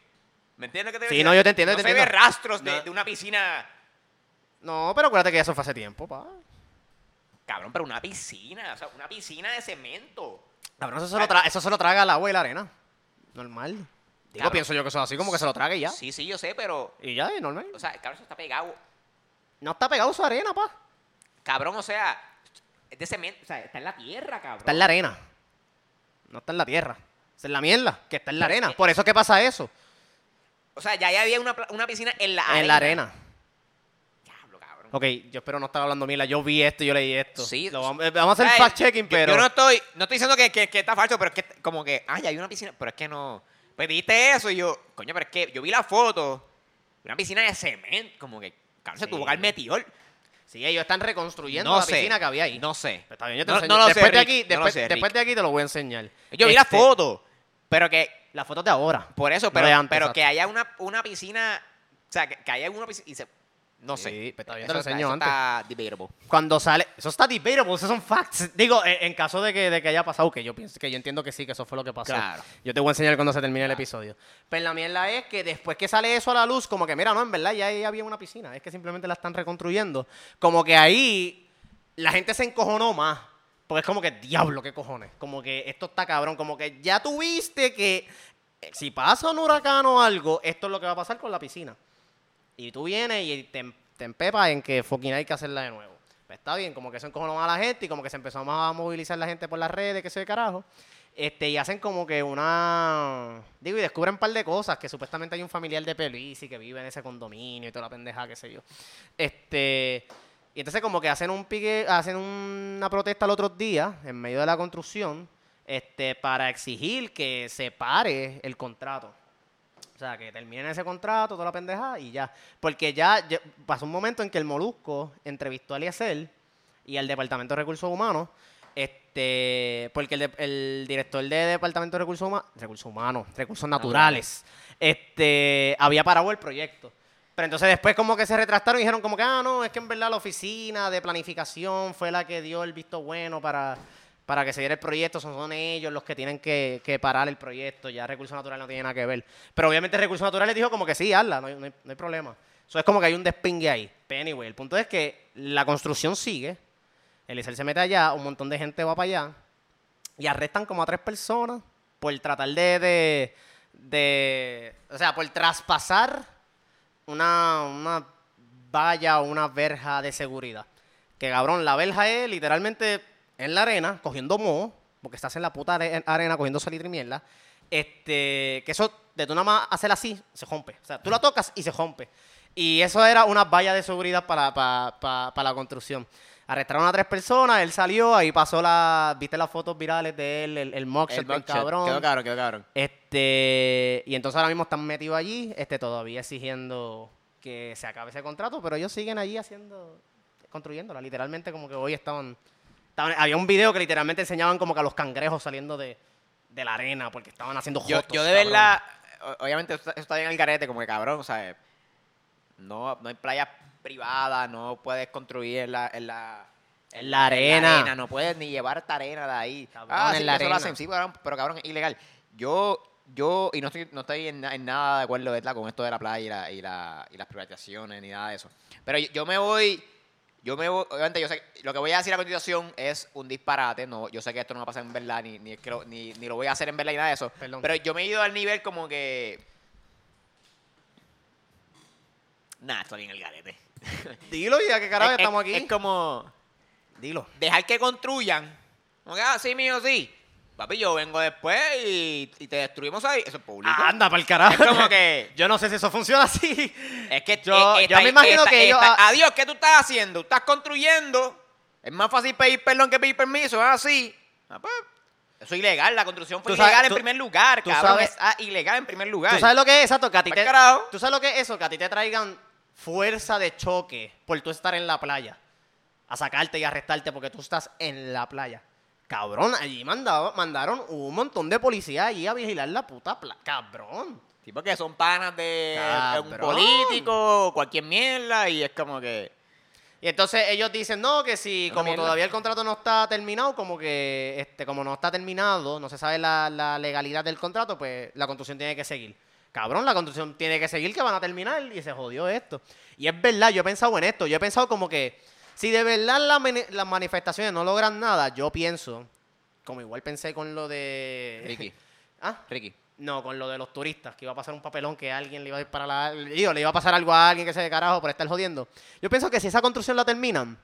A: ¿Me entiendes qué te
B: Sí,
A: digo?
B: no, yo te entiendo,
A: No
B: yo te
A: se ve
B: entiendo.
A: rastros de,
B: No.
A: de una piscina.
B: No, pero acuérdate que eso fue hace tiempo, pa.
A: Cabrón, pero una piscina. O sea, una piscina de cemento.
B: Cabrón, eso se, lo tra- eso se lo traga el agua y la arena. Normal. Digo,
A: Cabrón.
B: pienso yo que eso es así, como que se lo traga y ya.
A: Sí, sí, yo sé, pero.
B: Y ya, es normal.
A: O sea, cabrón, eso está pegado.
B: No está pegado su arena, pa.
A: Cabrón, o sea, es de cemento, o sea, está en la tierra, cabrón.
B: Está en la arena. No está en la tierra. Esa es la mierda, que está en la
A: eh,
B: arena. Por eso es que pasa eso.
A: O sea, ya, ya había una, pla- una piscina en la arena.
B: En la arena.
A: Diablo, cabrón.
B: Ok, yo espero no estar hablando mierda. Yo vi esto, yo leí esto.
A: Sí.
B: Lo vamos, eh, vamos a hacer
A: Ay,
B: fact-checking,
A: yo-
B: pero...
A: Yo no estoy, no estoy diciendo que, que- que está falso, pero es que t- como que, ay, hay una piscina, pero es que no. Pues viste eso y yo, coño, pero es que yo vi la foto, una piscina de cemento, como que, cabrón, se
B: Sí.
A: tuvo que haber metido.
B: Sí, ellos están reconstruyendo
A: No
B: la
A: sé,
B: piscina que había ahí.
A: No sé.
B: Pero Está bien, yo te
A: No-
B: lo enseño.
A: no lo sé,
B: después de
A: Rick, no
B: aquí,
A: lo
B: después,
A: sé, Rick.
B: después de aquí te lo voy a enseñar.
A: Yo vi la
B: Este,
A: foto, pero que,
B: La foto de ahora.
A: por eso,
B: No
A: pero,
B: de antes,
A: pero que
B: exacto.
A: haya una, una piscina, o sea, que, que haya una piscina y se, no
B: Sí,
A: sé.
B: pero está bien,
A: Eso
B: te lo
A: está-
B: enseño
A: eso
B: antes.
A: está debatable.
B: Cuando sale, eso está debatable, esos son facts. Digo, eh, en, en caso de que, de que haya pasado, que yo pienso que yo entiendo que sí, que eso fue lo que pasó.
A: Claro.
B: Yo te voy a enseñar cuando se termine el
A: Claro.
B: episodio. Pero la mierda es que después que sale eso a la luz, como que mira, no, en verdad ya ahí había una piscina, es que simplemente la están reconstruyendo. Como que ahí la gente se encojonó más. Porque es como que, diablo, qué cojones. Como que esto está cabrón. Como que ya tuviste que, eh, si pasa un huracán o algo, esto es lo que va a pasar con la piscina. Y tú vienes y te, em- te empepas en que fucking hay que hacerla de nuevo. Pues está bien, como que eso encojonó a la gente y como que se empezó a movilizar la gente por las redes, que sé de carajo. Este, y hacen como que una. Digo, y descubren un par de cosas, que supuestamente hay un familiar de Pelisi que vive en ese condominio y toda la pendeja, qué sé yo. Este. Y entonces como que hacen un pique, hacen una protesta al otro día, en medio de la construcción, este, para exigir que se pare el contrato. O sea, que terminen ese contrato, toda la pendejada y ya. Porque ya, ya pasó un momento en que el Molusco entrevistó a Eliezer y al Departamento de Recursos Humanos. Este, porque el, de- el director del Departamento de Recursos Humanos, Recursos Humanos, Recursos Naturales, este, había parado el proyecto. Pero entonces después como que se retractaron y dijeron como que, ah, no, es que en verdad la oficina de planificación fue la que dio el visto bueno para, para que se diera el proyecto, son, son ellos los que tienen que, que parar el proyecto, ya Recursos Naturales no tiene nada que ver. Pero obviamente Recursos Naturales dijo como que sí, hazla, no hay, no hay- no hay problema. Eso es como que hay un despingue ahí. Pero anyway, el punto es que la construcción sigue, el se mete allá, un montón de gente va para allá y arrestan como a tres personas por tratar de, de, de- o sea, por traspasar una, una valla o una verja de seguridad. Que cabrón, la verja es literalmente en la arena, cogiendo moho, porque estás en la puta are- arena cogiendo salitre y mierda. Este, que eso, de tú nada más hacer así, se rompe. O sea, tú la tocas y se rompe. Y eso era una valla de seguridad para, para, para- para la construcción. Arrestaron a tres personas, él salió, ahí pasó la. ¿Viste las fotos virales de él? El, el mockshot del cabrón.
A: Quedó cabrón, quedó cabrón.
B: Este, y entonces ahora mismo están metidos allí, este, todavía exigiendo que se acabe ese contrato, pero ellos siguen allí haciendo, construyéndola. Literalmente como que hoy estaban, estaban- había un video que literalmente enseñaban como que a los cangrejos saliendo de, de la arena porque estaban haciendo
A: Yo,
B: jotos,
A: yo de
B: cabrón.
A: verdad, o- obviamente eso está- eso está bien al garete, como que cabrón, ¿sabes? No, no hay playas privadas, no puedes construir en la... En la
B: En la arena.
A: no puedes ni llevar ta arena de ahí.
B: Cabrón,
A: ah,
B: en
A: sí,
B: la
A: eso lo
B: arena.
A: hacen, sí, cabrón, pero cabrón, es ilegal. Yo, yo, y no estoy, no estoy en, na- en nada de acuerdo ¿verdad? con esto de la playa y, la- y la- y las privatizaciones ni nada de eso. Pero yo, yo me voy, yo me voy, obviamente yo sé, que lo que voy a decir a continuación es un disparate, no, yo sé que esto no va a pasar en verdad, ni, ni, es que lo- ni, ni lo voy a hacer en verdad ni nada de eso.
B: Perdón.
A: Pero yo me he ido al nivel como que... Nah, estoy en el garete.
B: Dilo ya que carajo
A: Es-
B: estamos
A: es-
B: aquí.
A: Es como
B: Dilo.
A: dejar que construyan. Como que, ah, sí, mío, sí. Papi, yo vengo después y, y te destruimos ahí. Eso es público.
B: anda para el carajo.
A: Es como que-
B: yo no sé si eso funciona así.
A: es que
B: yo-
A: eh,
B: yo me imagino que ellos- ah-
A: Adiós, ¿qué tú estás haciendo? Estás construyendo. Es más fácil pedir perdón que pedir permiso. Ah, sí. Ah, pues, eso es ilegal. La construcción fue
B: Tú sabes-
A: ilegal en
B: tú-
A: primer lugar,
B: tú
A: cabrón.
B: sabes-
A: es ah, ilegal en primer lugar.
B: ¿Tú sabes lo que es? Exacto, que a ti
A: Pa'l
B: te,
A: carajo.
B: ¿Tú sabes lo que es eso? Que a ti te traigan fuerza de choque por tú estar en la playa. a sacarte y arrestarte porque tú estás en la playa. Cabrón, allí mandado, mandaron un montón de policías allí a vigilar la puta playa. Cabrón.
A: Sí, porque son panas de un
B: Cabrón.
A: político, cualquier mierda, y es como que.
B: Y entonces ellos dicen, no, que si
A: Una
B: como
A: mierda.
B: todavía el contrato no está terminado, como que este, como no está terminado, no se sabe la, la legalidad del contrato, pues la construcción tiene que seguir. Cabrón, la construcción tiene que seguir, que van a terminar, y se jodió esto. Y es verdad, yo he pensado en esto, yo he pensado como que si de verdad la mani- las manifestaciones no logran nada, yo pienso, como igual pensé con lo de...
A: Ricky,
B: ¿Ah?
A: Ricky.
B: No, con lo de los turistas, que iba a pasar un papelón que alguien le iba a disparar a digo, le iba a pasar algo a alguien que se de carajo por estar jodiendo. Yo pienso que si esa construcción la terminan,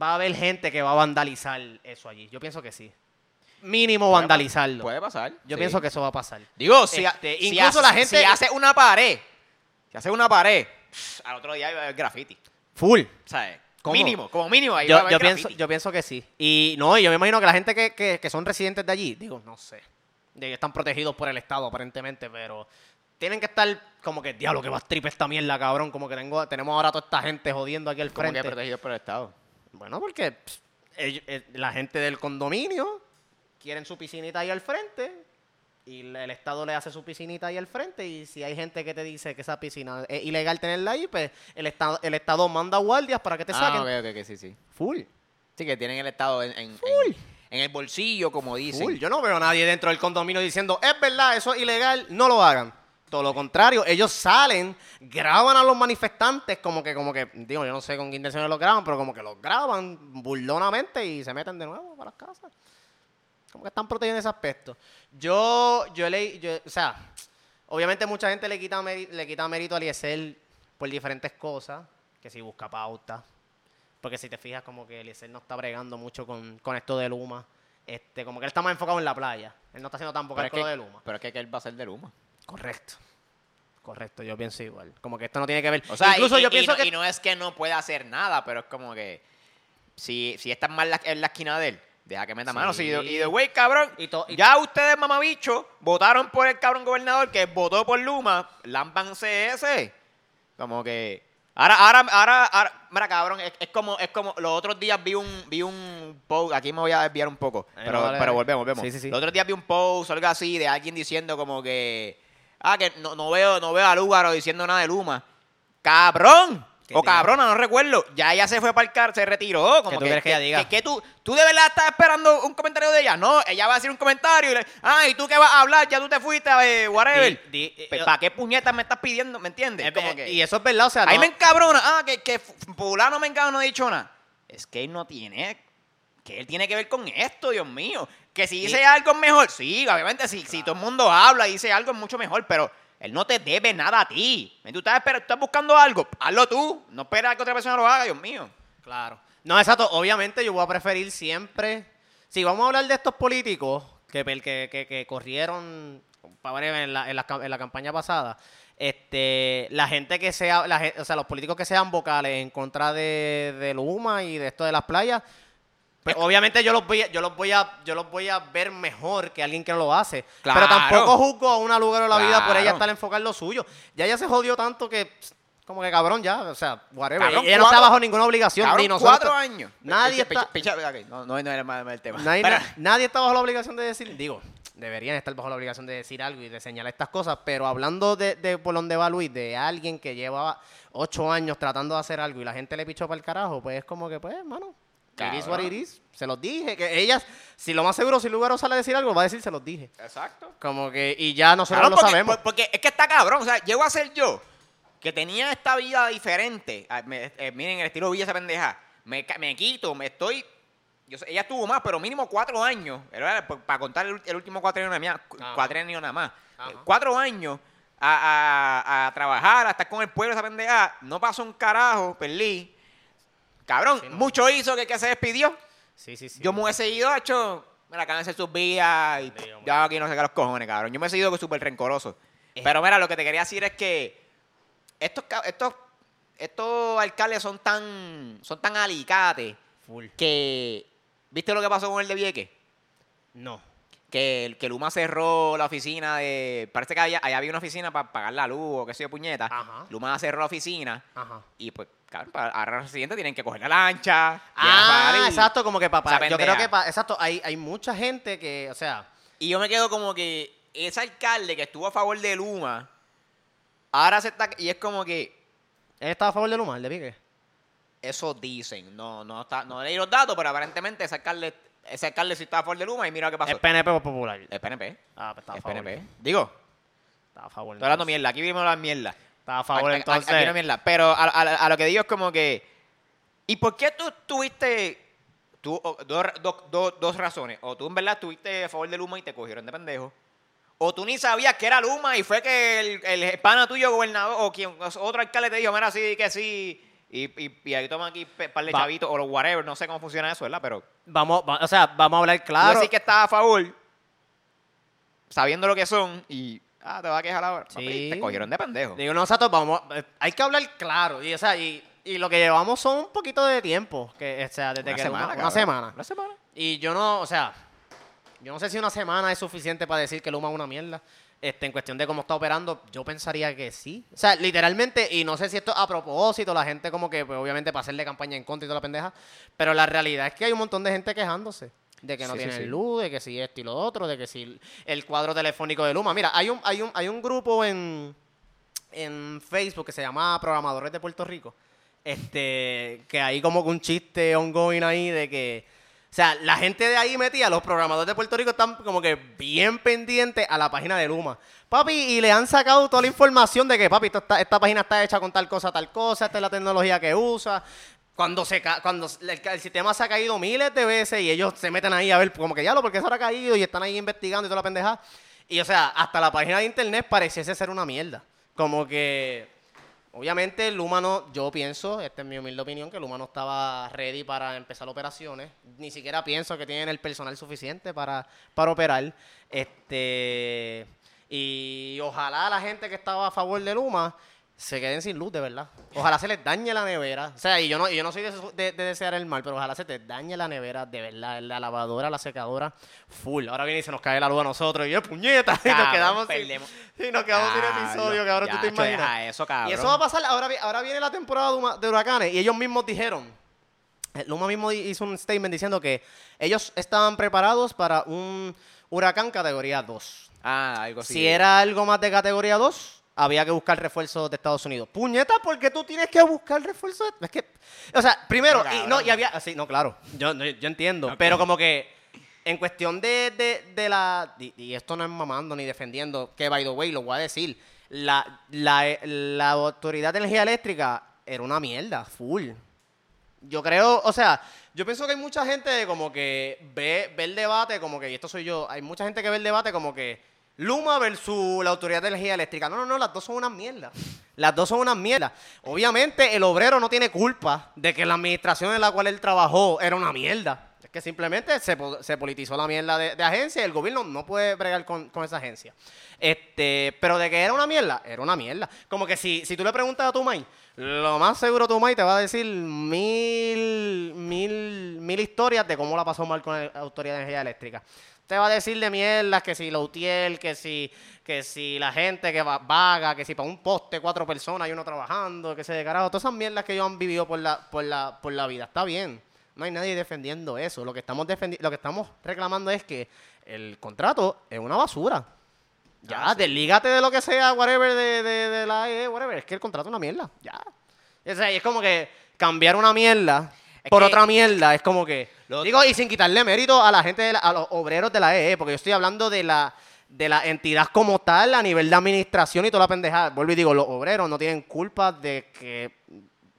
B: va a haber gente que va a vandalizar eso allí. Yo pienso que sí. Mínimo
A: Puede pa-
B: vandalizarlo.
A: Puede pasar. sí.
B: Yo pienso que eso va a pasar.
A: Digo, si,
B: Este,
A: Eh, si
B: incluso
A: hace-
B: la gente-
A: Si hace una pared, si hace una pared, pff, al otro día iba a haber graffiti.
B: Full.
A: ¿Sabes?
B: ¿Cómo?
A: Mínimo, como mínimo ahí va a
B: Yo,
A: haber
B: yo
A: graffiti.
B: pienso, yo pienso que sí. Y no, y yo me imagino que la gente que, que- que son residentes de allí, digo, no sé. De que están protegidos por el Estado, aparentemente, pero tienen que estar como que, diablo, que va trip esta mierda, cabrón. Como que tengo, tenemos ahora a toda esta gente jodiendo aquí al
A: Como que
B: frente.
A: protegido por el Estado.
B: Bueno, porque pss, ellos- eh, la gente del condominio quieren su piscinita ahí al frente y le- el Estado le hace su piscinita ahí al frente y si hay gente que te dice que esa piscina es ilegal tenerla ahí, pues el Estado, el estado manda guardias para que te
A: Ah,
B: saquen.
A: ok, ok, ok, sí, sí.
B: Full.
A: Sí, que tienen el Estado en, en, en- en el bolsillo, como dicen.
B: Full. Yo no veo a nadie dentro del condominio diciendo, es verdad, eso es ilegal, no lo hagan. Todo lo contrario, ellos salen, graban a los manifestantes, como que, como que, digo, yo no sé con qué intenciones los graban, pero como que los graban burlonamente y se meten de nuevo para las casas. Como que están protegiendo ese aspecto. Yo, yo leí, yo, o sea, obviamente mucha gente le quita, meri- le quita mérito a Eliezer por diferentes cosas, que si busca pauta, porque si te fijas, como que Eliezer no está bregando mucho con, con esto de Luma. Este, como que él está más enfocado en la playa. Él no está haciendo tan
A: pero,
B: vocal
A: es
B: con lo
A: que,
B: de Luma.
A: pero es que él va a ser de Luma.
B: Correcto. Correcto, yo pienso igual. Como que esto no tiene que ver.
A: O sea,
B: incluso
A: y- y-
B: yo
A: y
B: pienso
A: no-
B: que.
A: Y no es que no pueda hacer nada, pero es como que... Si, si están mal la- en la esquina de él, deja que meta
B: Sí.
A: mano. Si, y de güey, cabrón,
B: Y to- y-
A: ya ustedes, mamabicho, votaron por el cabrón gobernador que votó por Luma. Lampan CS. Como que... Ahora, ahora, ahora, ahora- mira, cabrón, es, es como, es como, los otros días vi un, vi un post, aquí me voy a desviar un poco,
B: Ay, Eh, no,
A: pero,
B: dale,
A: pero
B: dale.
A: volvemos, volvemos.
B: Sí, sí, sí.
A: Los otros días vi un post, algo así, de alguien diciendo como que, ah, que no, no veo, no veo a Lúgaro diciendo nada de Luma. ¡Cabrón!
B: ¿Qué
A: O
B: te-
A: cabrona, no recuerdo. Ya ella se fue para el car, se retiró. Como
B: ¿Qué tú crees que ella diga?
A: que tú, tú de verdad estás esperando un comentario de ella. No, ella va a decir un comentario y le, ah, ¿y tú qué vas a hablar? Ya tú te fuiste, eh, whatever.
B: Di- di-
A: ¿Para qué puñetas me estás pidiendo? ¿Me entiendes?
B: eh,
A: Como
B: eh,
A: que-
B: Y eso es verdad, o sea.
A: Ahí
B: no-
A: me encabrona. Ah, que, que fulano me encabrona, no ha dicho nada. Es que él no tiene... Que él tiene que ver con esto, Dios mío. Que si dice
B: Y-
A: algo es mejor. Sí, obviamente, si, si todo el mundo habla y dice algo es mucho mejor, pero él no te debe nada a ti. Tú estás, esper- estás buscando algo, hazlo tú. No esperas que otra persona lo haga, Dios mío.
B: Claro. No, exacto. Obviamente yo voy a preferir siempre. Si vamos a hablar de estos políticos que, pel- que, que, que corrieron pa' ver, en la, en, la, cam- en la campaña pasada, este, la gente que sea, la gen- o sea, los políticos que sean vocales en contra de, de Luma y de esto de las playas, pues, obviamente yo los voy a, yo los voy a, yo los voy a ver mejor que alguien que no lo hace.
A: Claro.
B: Pero tampoco juzgo a una lugar o la vida por
A: Claro.
B: ella estar enfocada en lo suyo. Ya ella se jodió tanto que pss, como que cabrón ya, o sea, whatever.
A: Cabrón,
B: ella no está
A: cuatro-
B: bajo ninguna obligación.
A: Cabrón,
B: ni nosotros-
A: cuatro años.
B: Nadie
A: Picha-
B: está-
A: picha- picha- ok, no, no, no era más el tema.
B: Nadie,
A: Pero-
B: nadie está bajo la obligación de decir, digo, deberían estar bajo la obligación de decir algo y de señalar estas cosas, pero hablando de, de por donde va Luis, de alguien que lleva ocho años tratando de hacer algo y la gente le pichó para el carajo, pues es como que, pues, mano, it is what
A: Cabrón.
B: it is. se los dije, que ellas, si lo más seguro, si Lugaro sale a decir algo, va a decir, se los dije.
A: Exacto.
B: Como que, y ya nosotros
A: Claro,
B: lo
A: porque,
B: sabemos.
A: por- porque es que está cabrón. O sea, llego a ser yo, que tenía esta vida diferente. Ah, me- eh, miren el estilo de vida esa pendeja. Me, ca- me quito, me estoy. yo sé- ella estuvo más, pero mínimo cuatro años. para contar el, ul- el último cuatrenio nada más. cu-
B: Ajá.
A: Cuatrenio nada más.
B: Ajá.
A: Eh, Cuatro años a, a- a trabajar, a estar con el pueblo esa pendeja. No pasó un carajo, perdí. Cabrón,
B: Sí, no.
A: mucho hizo que, que se despidió.
B: sí, sí, sí.
A: Yo me hubiese ido, hecho, mira, cáncer sus vidas y
B: Dios mío.
A: ya aquí no sé qué los cojones, cabrón. Yo me he ido súper rencoroso. Pero mira, lo que te quería decir es que estos, ca- estos, estos alcaldes son tan, son tan alicates
B: Full.
A: que, ¿viste lo que pasó con el de Vieques?
B: No.
A: que, que Luma cerró la oficina de. Parece que había, allá había una oficina para pagar la luz o qué sé yo, puñeta.
B: Ajá.
A: Luma cerró la oficina
B: Ajá.
A: y pues, cabrón, para agarrar al siguiente tienen que coger la lancha. llegar a
B: Ah,
A: pagar y-
B: exacto, como que papá.
A: esa
B: Yo creo
A: pendeja.
B: que, pa- exacto, hay, hay mucha gente que, o sea,
A: Y yo me quedo como que ese alcalde que estuvo a favor de Luma, ahora se está. Y es como que.
B: él estaba a favor de Luma, el de Pique.
A: Eso dicen. No, no está, no leí los datos, pero aparentemente ese alcalde, ese alcalde sí está a favor de Luma y mira qué pasó.
B: Es PNP o popular.
A: Es PNP.
B: Ah, pues estaba a
A: Es
B: favor.
A: PNP. Digo,
B: Estaba a favor.
A: estoy hablando
B: entonces.
A: mierda. Aquí vimos la mierda.
B: Estaba a favor,
A: Aquí- aquí-
B: entonces.
A: Aquí no mierda. Pero a, a- a lo que digo es como que. ¿Y por qué tú tuviste tú, o- dos, dos- dos- dos razones? O tú en verdad estuviste a favor de Luma y te cogieron de pendejo. O tú ni sabías que era Luma y fue que el, el pana tuyo, gobernador, o quien o otro alcalde te dijo, mira, sí, que sí. Y, y, y ahí toman aquí un par de
B: Va.
A: chavitos o los whatever. No sé cómo funciona eso, ¿verdad? Pero
B: Vamos, va- o sea, vamos a hablar
A: claro.
B: claro.
A: que estás a favor, sabiendo lo que son, y ah, te vas a quejar ahora. Papi,
B: Sí.
A: te cogieron de pendejo.
B: Digo, nosotros vamos, eh, hay que hablar claro. Y, o sea, y, y lo que llevamos son un poquito de tiempo. Que, o sea, desde
A: Una
B: que
A: semana,
B: Luma- una
A: cabrón.
B: semana.
A: Una semana.
B: Y yo no, o sea, yo no sé si una semana es suficiente para decir que Luma es una mierda. Este, en cuestión de cómo está operando, yo pensaría que sí. O sea, literalmente, y no sé si esto es a propósito, la gente como que, pues obviamente para hacerle campaña en contra y toda la pendeja, pero la realidad es que hay un montón de gente quejándose de que no
A: Sí, sí,
B: tienen
A: sí.
B: luz, de que si esto y lo otro, de que si el- el cuadro telefónico de Luma. Mira, hay un, hay un, hay un grupo en, en Facebook que se llama Programadores de Puerto Rico. Este, que hay como que un chiste ongoing ahí de que. O sea, la gente de ahí metía, los programadores de Puerto Rico están como que bien pendientes a la página de Luma. Papi, y le han sacado toda la información de que, papi, esto está- esta página está hecha con tal cosa, tal cosa, esta es la tecnología que usa. Cuando se ca- cuando el, el sistema se ha caído miles de veces y ellos se meten ahí a ver como que ya lo, porque se habrá caído y están ahí investigando y toda la pendejada. Y o sea, hasta la página de internet pareciese ser una mierda. Como que Obviamente el humano, yo pienso, esta es mi humilde opinión, que el humano estaba ready para empezar operaciones. Ni siquiera pienso que tienen el personal suficiente para, para operar. Este y ojalá la gente que estaba a favor de Luma se queden sin luz, de verdad. Ojalá se les dañe la nevera. O sea, y yo no, y yo no soy de, de- de desear el mal, pero ojalá se te dañe la nevera, de verdad. La lavadora, la secadora, full. Ahora viene y se nos cae la luz a nosotros. Y yo, puñeta, y nos
A: Cabrón,
B: quedamos sin,
A: perdemos.
B: y nos quedamos
A: Ah,
B: sin episodio, cabrón. ¿Tú te
A: Yacho, deja
B: imaginas?
A: eso, cabrón.
B: Y eso va a pasar, ahora, vi- ahora viene la temporada de huma- de huracanes y ellos mismos dijeron, eh, Luma mismo di- hizo un statement diciendo que ellos estaban preparados para un huracán categoría 2.
A: Ah, algo así.
B: Si era algo más de categoría 2, había que buscar refuerzos de Estados Unidos. Puñeta, ¿por qué tú tienes que buscar refuerzos? de- Es que, o sea, primero,
A: No,
B: y, no,
A: cabrón.
B: y había, ah, sí, no, claro, yo, no, yo entiendo, pero como que en cuestión de, de- de la, y, y esto no es mamando ni defendiendo, que by the way, lo voy a decir, la, la, eh, la Autoridad de Energía Eléctrica era una mierda, full. Yo creo, o sea, yo pienso que hay mucha gente de como que ve, ve el debate, como que, y esto soy yo, hay mucha gente que ve el debate como que Luma versus la Autoridad de Energía Eléctrica. No, no, no, las dos son unas mierdas. Las dos son unas mierdas. Obviamente, el obrero no tiene culpa de que la administración en la cual él trabajó era una mierda. Es que simplemente se, po- se politizó la mierda de, de agencia y el gobierno no puede bregar con, con esa agencia. Este, pero de que era una mierda, era una mierda. Como que si, si tú le preguntas a tu mãe, lo más seguro tu mãe te va a decir mil, mil, mil historias de cómo la pasó mal con la Autoridad de Energía Eléctrica. Te va a decir de mierdas que si Loutiel, que si, que si la gente que va, vaga, que si para un poste cuatro personas y uno trabajando, que se de carajo. Todas esas mierdas que ellos han vivido por la, por la, por la vida. Está bien. No hay nadie defendiendo eso. Lo que estamos defendi- lo que estamos reclamando es que el contrato es una basura. Ya, deslígate de lo que sea, whatever, de, de, de la AE, whatever. Es que el contrato es una mierda. Ya. O sea, y es como que cambiar una mierda
A: Es
B: por
A: que-
B: otra mierda. Es como que.
A: Lo-
B: digo, y sin quitarle mérito a la gente, de la- a los obreros de la AE, porque yo estoy hablando de la, de la entidad como tal, a nivel de administración y toda la pendejada. Vuelvo y digo, los obreros no tienen culpa de que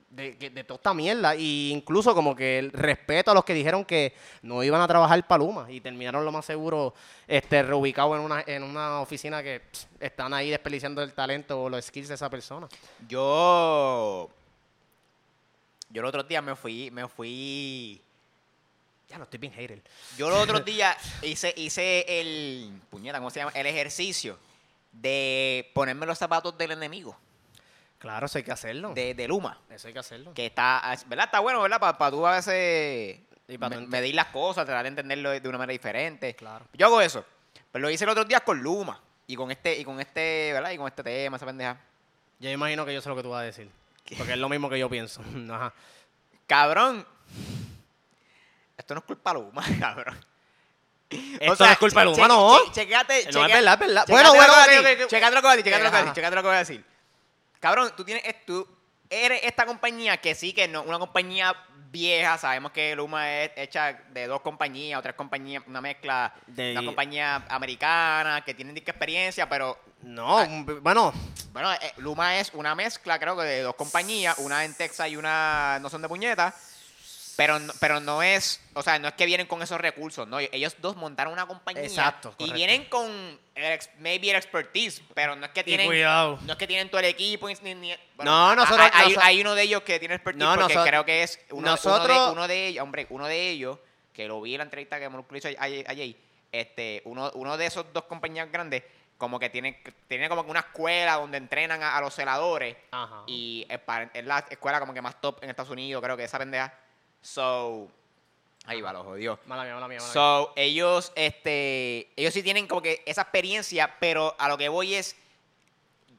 B: de, que- de toda esta mierda. Y incluso como que el respeto a los que dijeron que no iban a trabajar para Luma y terminaron lo más seguro este, reubicados en una, en una oficina que pss, están ahí desperdiciando el talento o los skills de esa persona.
A: Yo. Yo los otros días me fui. Me fui.
B: Ya no estoy bien hater.
A: Yo los otros días hice, hice el. Puñeta, ¿cómo se llama? El ejercicio de ponerme los zapatos del enemigo,
B: Claro, eso hay que hacerlo.
A: de, de Luma.
B: Eso hay que hacerlo.
A: Que está. ¿Verdad? Está bueno, ¿verdad? Para tú a veces.
B: Y pa' tú
A: me-
B: ente-
A: medir las cosas, tratar de entenderlo de una manera diferente.
B: Claro.
A: Yo hago eso. Pero lo hice el otro día con Luma. Y con este, y con este, ¿verdad? Y con este tema, esa pendeja.
B: Yo imagino que yo sé lo que tú vas a decir. Porque es lo mismo que yo pienso. Ajá.
A: Cabrón. Esto no es culpa de Luma, cabrón.
B: Esto no es culpa del humano.
A: Checate,
B: No, es verdad, es verdad. Bueno, bueno, ok, ok, ok.
A: Checate lo que voy a decir, checate lo que voy a
B: Ajá.
A: decir, checate lo que voy a decir. Cabrón, tú tienes, es- tú eres esta compañía que sí que no, una compañía vieja, sabemos que Luma es hecha de dos compañías, o tres compañías, una mezcla,
B: De-
A: una compañía americana que tienen disque experiencia, pero
B: No,
A: Ah,
B: bueno,
A: bueno, eh, Luma es una mezcla, creo que de dos compañías, una en Texas y una no son de puñeta. Pero, no- pero no es, o sea, no es que vienen con esos recursos, ¿no? Ellos dos montaron una compañía
B: Exacto,
A: y
B: correcto.
A: vienen con el ex- maybe el expertise, pero no es que
B: y
A: tienen
B: cuidado.
A: no es que tienen todo el equipo ni- ni- ni-
B: No,
A: a-
B: nosotros-
A: hay,
B: noso-
A: hay uno de ellos que tiene expertise
B: No,
A: porque
B: nosotros-
A: creo que es uno, uno
B: nosotros-
A: de, uno de ellos, hombre, uno de ellos que lo vi en la entrevista que Molusco le hizo a a Jay, este, uno, uno de esos dos compañías grandes como que tiene, tiene como que una escuela donde entrenan a, a los celadores
B: Ajá.
A: y es, para- es la escuela como que más top en Estados Unidos, creo que esa pendeja. So, ahí va, lo jodió.
B: Mala mía, mala mía, mala mía.
A: So, ellos, este, ellos sí tienen como que esa experiencia, pero a lo que voy es,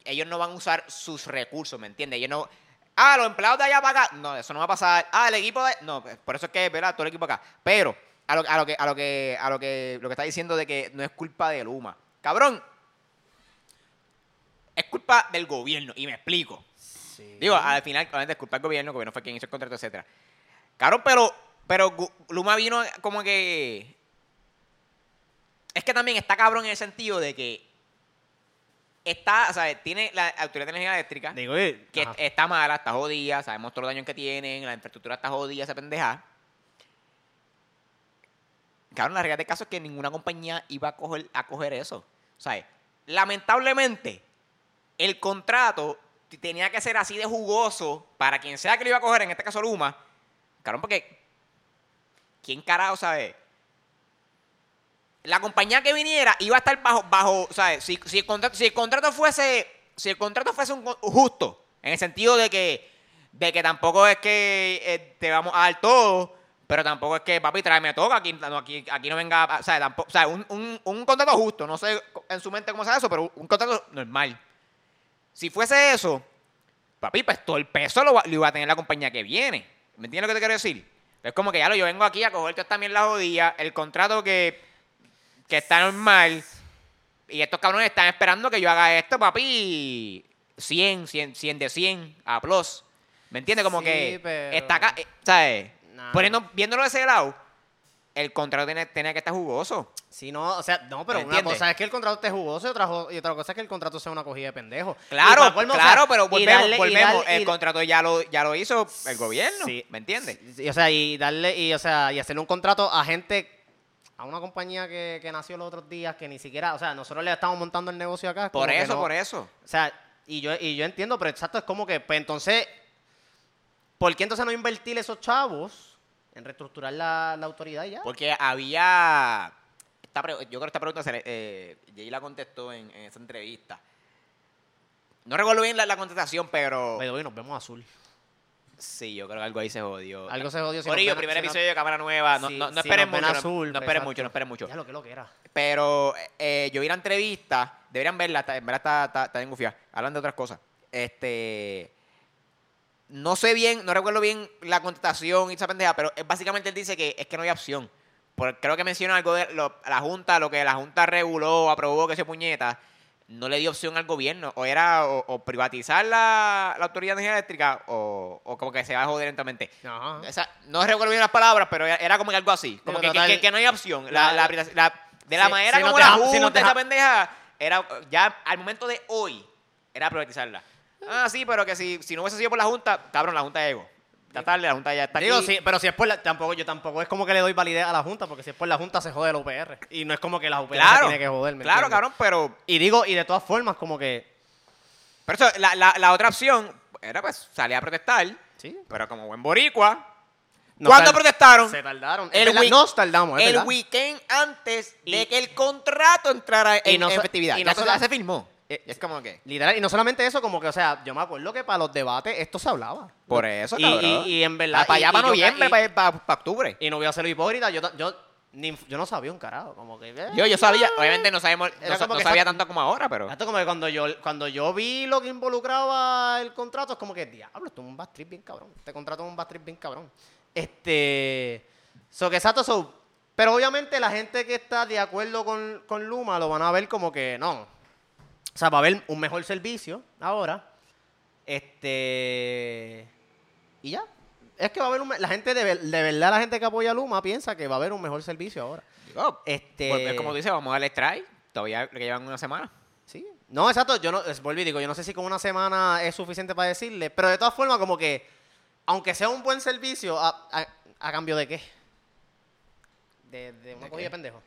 A: ellos no van a usar sus recursos, ¿me entiendes? Ellos no, ah, los empleados de allá para acá, no, eso no va a pasar. Ah, el equipo de, no, por eso es que, ¿verdad? Todo el equipo acá. Pero, a lo, a lo que, a lo que, a lo que, lo que está diciendo de que no es culpa de Luma. Cabrón, es culpa del gobierno, y me explico.
B: Sí.
A: Digo, al final, obviamente, es culpa del gobierno, el gobierno fue quien hizo el contrato, etcétera. Claro, pero, pero Gu- Luma vino como que. Es que también está cabrón en el sentido de que está, o sea, tiene la Autoridad de Energía Eléctrica,
B: Digo, eh,
A: que
B: ajá.
A: está mala, está jodida, sabemos todos los daños que tienen, la infraestructura está jodida, esa pendeja. Cabrón, la realidad del caso es que ninguna compañía iba a coger, a coger eso. ¿Sabes? Lamentablemente, el contrato t- tenía que ser así de jugoso para quien sea que lo iba a coger, en este caso Luma. Cabrón, porque. ¿Quién carajo sabe? La compañía que viniera iba a estar bajo, bajo ¿sabes? Si, si el contrato, si el contrato fuese. Si el contrato fuese un con- justo, en el sentido de que. De que tampoco es que eh, te vamos a dar todo, pero tampoco es que, papi, tráeme todo, que aquí no, aquí, aquí no venga. O sea, tampoco, o sea un, un- un contrato justo. No sé en su mente cómo sea eso, pero un contrato normal. Si fuese eso, papi, pues todo el peso lo, va- lo iba a tener la compañía que viene. ¿Me entiendes lo que te quiero decir? Es como que ya lo, yo vengo aquí a coger toda también la jodida, el contrato que, que está normal, y estos cabrones están esperando que yo haga esto, papi, 100, 100, 100 de 100, a plus. ¿Me entiendes? Como
B: Sí,
A: que
B: pero-
A: está acá, eh, ¿sabes?
B: Nah.
A: Poniendo, viéndolo de ese lado, el contrato tiene, tiene que estar jugoso.
B: Sí, no, o sea, no, pero
A: ¿Me
B: una
A: entiendes?
B: cosa es que el contrato esté jugoso y otra, jo- y otra cosa es que el contrato sea una cogida de pendejo.
A: Claro,
B: Y pa' colmo, o sea,
A: claro, pero
B: y
A: volvemos,
B: darle- y
A: volvemos.
B: darle-
A: el
B: y-
A: contrato ya lo, ya lo hizo el gobierno,
B: Sí.
A: ¿me entiendes?
B: Y, o sea, y darle, y, o sea, y hacerle un contrato a gente, a una compañía que, que nació los otros días, que ni siquiera, o sea, nosotros le estamos montando el negocio acá. es como
A: Por
B: que
A: eso,
B: no-
A: por e eso.
B: O sea, y yo, y yo entiendo, pero exacto, es como que, pues entonces, ¿por qué entonces no invertir esos chavos en reestructurar la, la autoridad y ya?
A: Porque había. esta pre- yo creo que esta pregunta se le- eh, Jay la contestó en, en esa entrevista. No recuerdo bien la, la contestación, pero.
B: Pero hoy nos vemos azul.
A: Sí, yo creo que algo ahí se jodió.
B: Algo se jodió. si nos
A: Corillo,
B: ven-
A: primer
B: si nos-
A: episodio de Cámara Nueva. Ah, No,
B: si-
A: no, no
B: si
A: esperen
B: nos ven
A: mucho. no-
B: azul,
A: no esperen
B: exacto.
A: mucho, no esperen mucho.
B: Ya lo que lo que era.
A: Pero eh, yo vi la entrevista, deberían verla, está- en verdad está, está, está bien gufiada. Hablan de otras cosas. Este. No sé bien, no recuerdo bien la contestación y esa pendeja, pero eh, básicamente él dice que es que no hay opción. Por- creo que menciona algo de lo- la Junta, lo que la Junta reguló, aprobó, que se puñeta, no le dio opción al gobierno. O era o, o privatizar la, la autoridad de energía eléctrica o, o como que se va a joder lentamente.
B: Ajá.
A: Esa- no recuerdo bien las palabras, pero era, era como que algo así. Como
B: Pero
A: que,
B: total-
A: que- que no hay opción. La-
B: la-
A: la- la- de la
B: Sí,
A: manera
B: sí,
A: como
B: nos
A: la
B: dejamos- sí,
A: junta
B: nos
A: esa
B: dejamos-
A: pendeja, era, ya al momento de hoy, era privatizarla. Ah, sí, pero que si, si no hubiese sido por la junta, cabrón, la junta es ego. Ya tarde, la junta ya está
B: Digo,
A: aquí.
B: sí, pero si es por la, tampoco, yo tampoco es como que le doy validez a la Junta, porque si es por la Junta se jode la UPR. Y no es como que la UPR se
A: claro,
B: tiene que joder, ¿me
A: claro,
B: entiendes?
A: cabrón, pero,
B: Y digo, y de todas formas, como que.
A: pero eso, la, la- la otra opción era pues salir a protestar,
B: Sí.
A: pero como buen boricua,
B: Nos
A: ¿Cuándo
B: tarda-
A: protestaron?
B: Se tardaron.
A: El
B: El
A: week-
B: nos tardamos, es
A: el
B: verdad.
A: weekend antes de
B: Y-
A: que el contrato entrara en,
B: Y no
A: en
B: so-
A: efectividad.
B: y
A: Ya
B: no
A: eso
B: sola-
A: ya se firmó.
B: Eh,
A: Y es como que...
B: Literal, y no solamente eso, como que, o sea, yo me acuerdo que para los debates esto se hablaba.
A: Por eso,
B: Y-
A: cabrón.
B: y- y en verdad,
A: Para
B: y-
A: allá,
B: y
A: para
B: yo-
A: noviembre,
B: y-
A: para, para- para octubre.
B: Y no voy a ser hipócrita, yo, ta- yo Ni inf- yo no sabía un carajo. Como que. eh.
A: Yo, yo sabía, obviamente no, sabemos, no
B: Era
A: sa-
B: como
A: no
B: que Ah,
A: sabía
B: esa-
A: tanto como ahora, pero.
B: Esto como que cuando yo, cuando yo vi lo que involucraba el contrato, es como que, diablo, esto es un bastrip bien cabrón. Este contrato es un bastrip bien cabrón. Este. So que exacto, so. Pero obviamente la gente que está de acuerdo con, con Luma lo van a ver como que no. O sea, va a haber un mejor servicio ahora. Este. Y ya. Es que va a haber un. me- La gente, de, ver- de verdad, la gente que apoya a Luma piensa que va a haber un mejor servicio ahora.
A: digo,
B: Este.
A: pues, es como tú dices, vamos a darle try. Todavía que llevan una semana.
B: Sí. No, exacto. Yo no, es- volví, digo, yo no sé si con una semana es suficiente para decirle, pero de todas formas, como que, aunque sea un buen servicio, ¿a, a- a cambio de qué? De, de una
A: ¿De
B: cogida
A: qué?
B: de pendejo.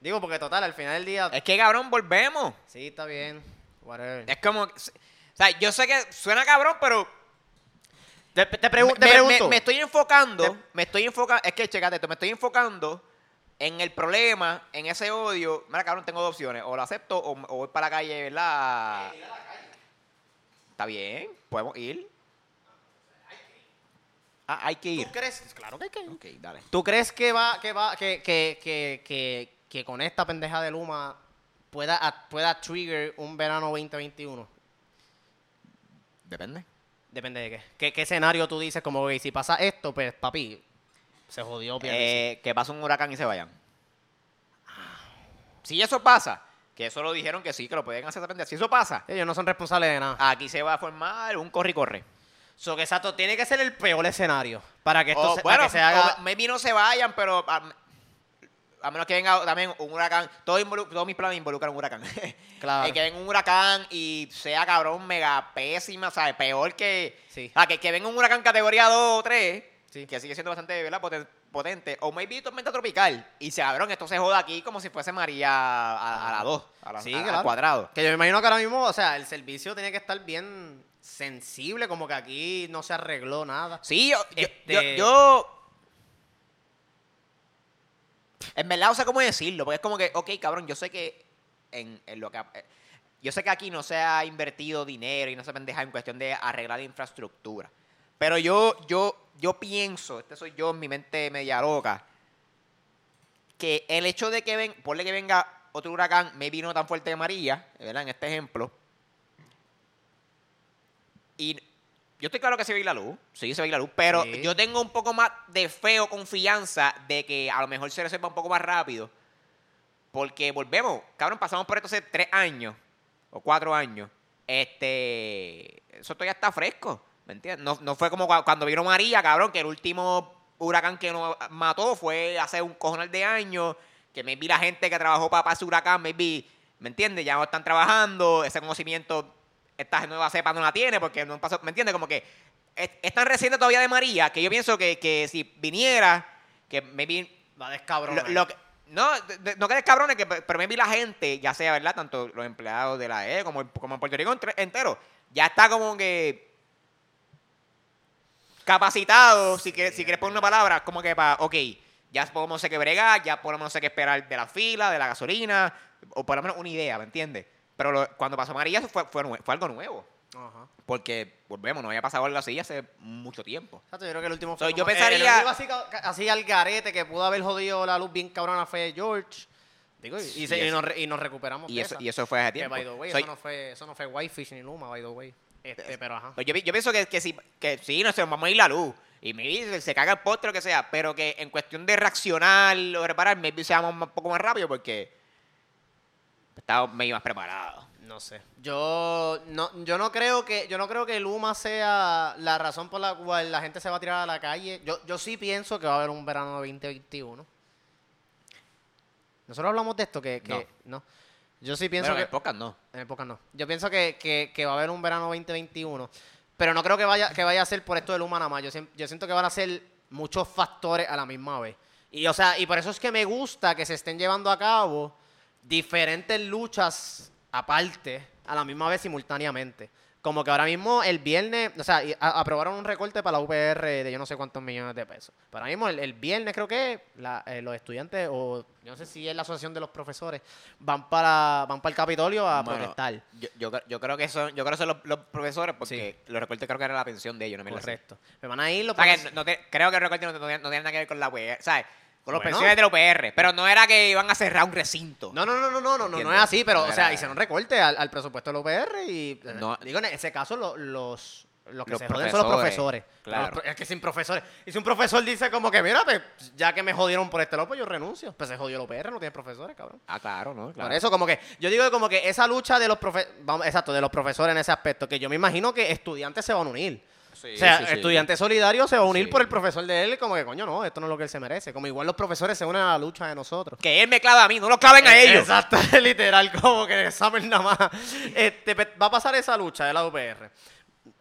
B: Digo, porque total, al final del día,
A: Es que cabrón, volvemos.
B: sí, está bien, whatever.
A: Es como. O sea, yo sé que suena cabrón, pero.
B: Te, te pregun- te
A: me, me-
B: pregunto.
A: me- me estoy enfocando.
B: Te-
A: Me estoy enfocando. Es que, checate esto. Me estoy enfocando en el problema, en ese odio. Mira, cabrón, tengo dos opciones. O lo acepto o, o voy para la calle, ¿verdad? Está bien, podemos ir. Ah, hay que ir.
B: ¿Tú crees? Pues Claro que hay que ir.
A: Ok, dale.
B: ¿Tú crees que va, que va, que, que, que, que, que con esta pendeja de Luma pueda, a- pueda trigger un verano 2021?
A: Depende.
B: Depende de qué. qué. qué escenario tú dices? Como que si pasa esto, pues papi, se jodió. Pierluisi.
A: Eh, que pase un huracán y se vayan. Si eso pasa, que eso lo dijeron que sí, que lo pueden hacer aprender. Si eso pasa,
B: Ellos no son responsables de nada.
A: aquí se va a formar un corre y corre.
B: So que exacto, tiene que ser el peor escenario para que esto
A: O,
B: se, para
A: Oh, bueno,
B: que se haga.
A: o maybe no se vayan, pero a, a menos que venga también un huracán. Todo involu- todos mis planes involucran un huracán.
B: Claro.
A: Eh, que venga un huracán y sea cabrón, mega pésima, ¿sabes? Peor que.
B: Sí.
A: Ah, que, que venga un huracán categoría 2 o 3,
B: Sí.
A: que sigue siendo bastante ¿verdad? Poten- potente. O maybe tormenta tropical. Y se cabrón, esto se joda aquí como si fuese María a, a- a la 2, a la,
B: Sí,
A: a- al
B: claro.
A: cuadrado.
B: Que yo me imagino que ahora mismo, o sea, el servicio tiene que estar bien sensible, como que aquí no se arregló nada.
A: Sí, yo, yo- yo,
B: Este-
A: yo- En verdad, no sé cómo decirlo, porque es como que, ok, cabrón, yo sé que en, en lo que... eh, Yo sé que aquí no se ha invertido dinero y no se pendeja en cuestión de arreglar infraestructura. Pero yo, yo, yo pienso, este soy yo en mi mente media loca, que el hecho de que ven, ponle que venga otro huracán, me vino tan fuerte de María, ¿verdad? En este ejemplo. Y yo estoy claro que se va a ir la luz, sí, se va a ir la luz, pero
B: Sí.
A: yo tengo un poco más de fe o confianza de que a lo mejor se resuelva un poco más rápido. Porque volvemos, cabrón, pasamos por esto hace tres años o cuatro años. Este, eso todavía está fresco, ¿me entiendes? No, no fue como cua- cuando vino María, cabrón, que el último huracán que nos mató fue hace un cojonal de años, que maybe la gente que trabajó para, ese huracán, maybe, ¿me entiendes? Ya no están trabajando, ese conocimiento, esta nueva cepa no la tiene porque no pasó, ¿me entiendes? Como que es, es tan reciente todavía de María que yo pienso que, que si viniera, que maybe
B: Va a descabronar.
A: lo, lo que- no, de- de- no quedes cabrones, que, pero maybe la gente, ya sea, ¿verdad? Tanto los empleados de la E como, el- como en Puerto Rico entre- entero, ya está como que capacitado, si quieres, si quieres poner una palabra, como que para, ok, ya podemos sé qué bregar, ya podemos sé qué esperar de la fila, de la gasolina, o por lo menos una idea, ¿me entiendes? Pero lo- cuando pasó María eso fue, fue, nue- fue algo nuevo,
B: Ajá.
A: porque, volvemos, no había pasado algo así hace mucho tiempo.
B: Exacto, yo creo que el último
A: So,
B: fue
A: yo
B: como- eh,
A: pensaría-
B: el último así, ca- ca- así al garete que pudo haber jodido la luz bien cabrona fue George. Digo, y, y
A: Sí,
B: se- y
A: eso-
B: nos, re- y nos recuperamos.
A: Y
B: de
A: eso,
B: esa.
A: y eso fue hace
B: Que,
A: tiempo.
B: by the way,
A: Soy-
B: eso no fue, eso no fue Whitefish ni Luma, by the way. Este, pero ajá.
A: Pues yo, pi- yo pienso que, que, si, que sí, no sé, nos vamos a ir la luz. Y me dice, se caga el postre, lo que sea. Pero que en cuestión de reaccionar o reparar, maybe seamos un poco más rápido porque estamos medio más preparados.
B: No sé. Yo no, yo no creo que, yo no creo que Luma sea la razón por la cual la gente se va a tirar a la calle. Yo, yo sí pienso que va a haber un verano de 2021. Nosotros hablamos de esto que, que- no. Yo sí pienso
A: Pero en
B: que
A: pocas no.
B: en época no. Yo pienso que, que- que va a haber un verano 2021. Pero no creo que vaya, que vaya a ser por esto del humano más. Yo, sien- yo siento que van a ser muchos factores a la misma vez. Y, o sea, y por eso es que me gusta que se estén llevando a cabo diferentes luchas aparte, a la misma vez simultáneamente. Como que ahora mismo el viernes, o sea, y a- aprobaron un recorte para la UPR de yo no sé cuántos millones de pesos. Pero ahora mismo el, el viernes creo que la- eh, los estudiantes o yo no sé si es la asociación de los profesores van para van para el Capitolio a
A: Mano,
B: protestar.
A: Yo, yo, cre- yo creo que son, yo creo que son los, los profesores porque los recortes creo que era la pensión de ellos. No me
B: Correcto. Me van a ir los
A: O sea, que
B: profes-
A: no- no te- creo que el recorte no, no- no tiene nada que ver con la E web. ¿Sabes? Con los
B: Bueno.
A: pensiones del OPR. Pero no era que iban a cerrar un recinto.
B: No, no, no, no, no, no, no, no es
A: Entiendo.
B: así, pero,
A: No
B: o sea,
A: era-
B: hicieron recorte al, al presupuesto del OPR y, eh,
A: No.
B: digo, en ese caso lo- los, los que
A: Los
B: se joden son los
A: profesores,
B: profesores.
A: claro.
B: Los pro- es que sin profesores. Y si un profesor dice como que, mira, pues, ya que me jodieron por este lado, pues yo renuncio. Pues se jodió el OPR, no tiene profesores, cabrón.
A: Ah, claro, ¿no? Claro.
B: Por eso, como que, yo digo que como que esa lucha de los profesores, exacto, de los profesores en ese aspecto, que yo me imagino que estudiantes se van a unir.
A: Sí,
B: o sea,
A: sí, sí.
B: estudiantes solidarios se van a unir
A: Sí.
B: por el profesor de él, como que, coño, no, esto no es lo que él se merece. Como igual los profesores se unen a la lucha de nosotros.
A: Que él me clava a mí, no lo claven a
B: Eh,
A: ellos.
B: Exacto, literal, como que en el examen nada más. Este, pe- va a pasar esa lucha de la UPR.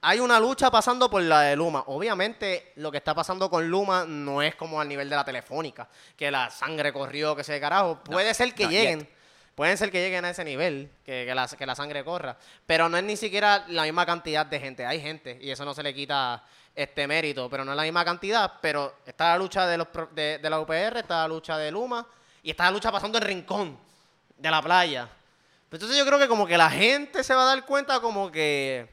B: Hay una lucha pasando por la de Luma. Obviamente, lo que está pasando con Luma no es como al nivel de la telefónica, que la sangre corrió, que se carajo. Puede ser que
A: no,
B: lleguen. Pueden ser que lleguen a ese nivel, que, que la, que la sangre corra. Pero no es ni siquiera la misma cantidad de gente. Hay gente, y eso no se le quita este mérito, pero no es la misma cantidad. Pero está la lucha de, los, pro- de, de la UPR, está la lucha de Luma, y está la lucha pasando en Rincón, de la playa. Pero entonces yo creo que como que la gente se va a dar cuenta como que,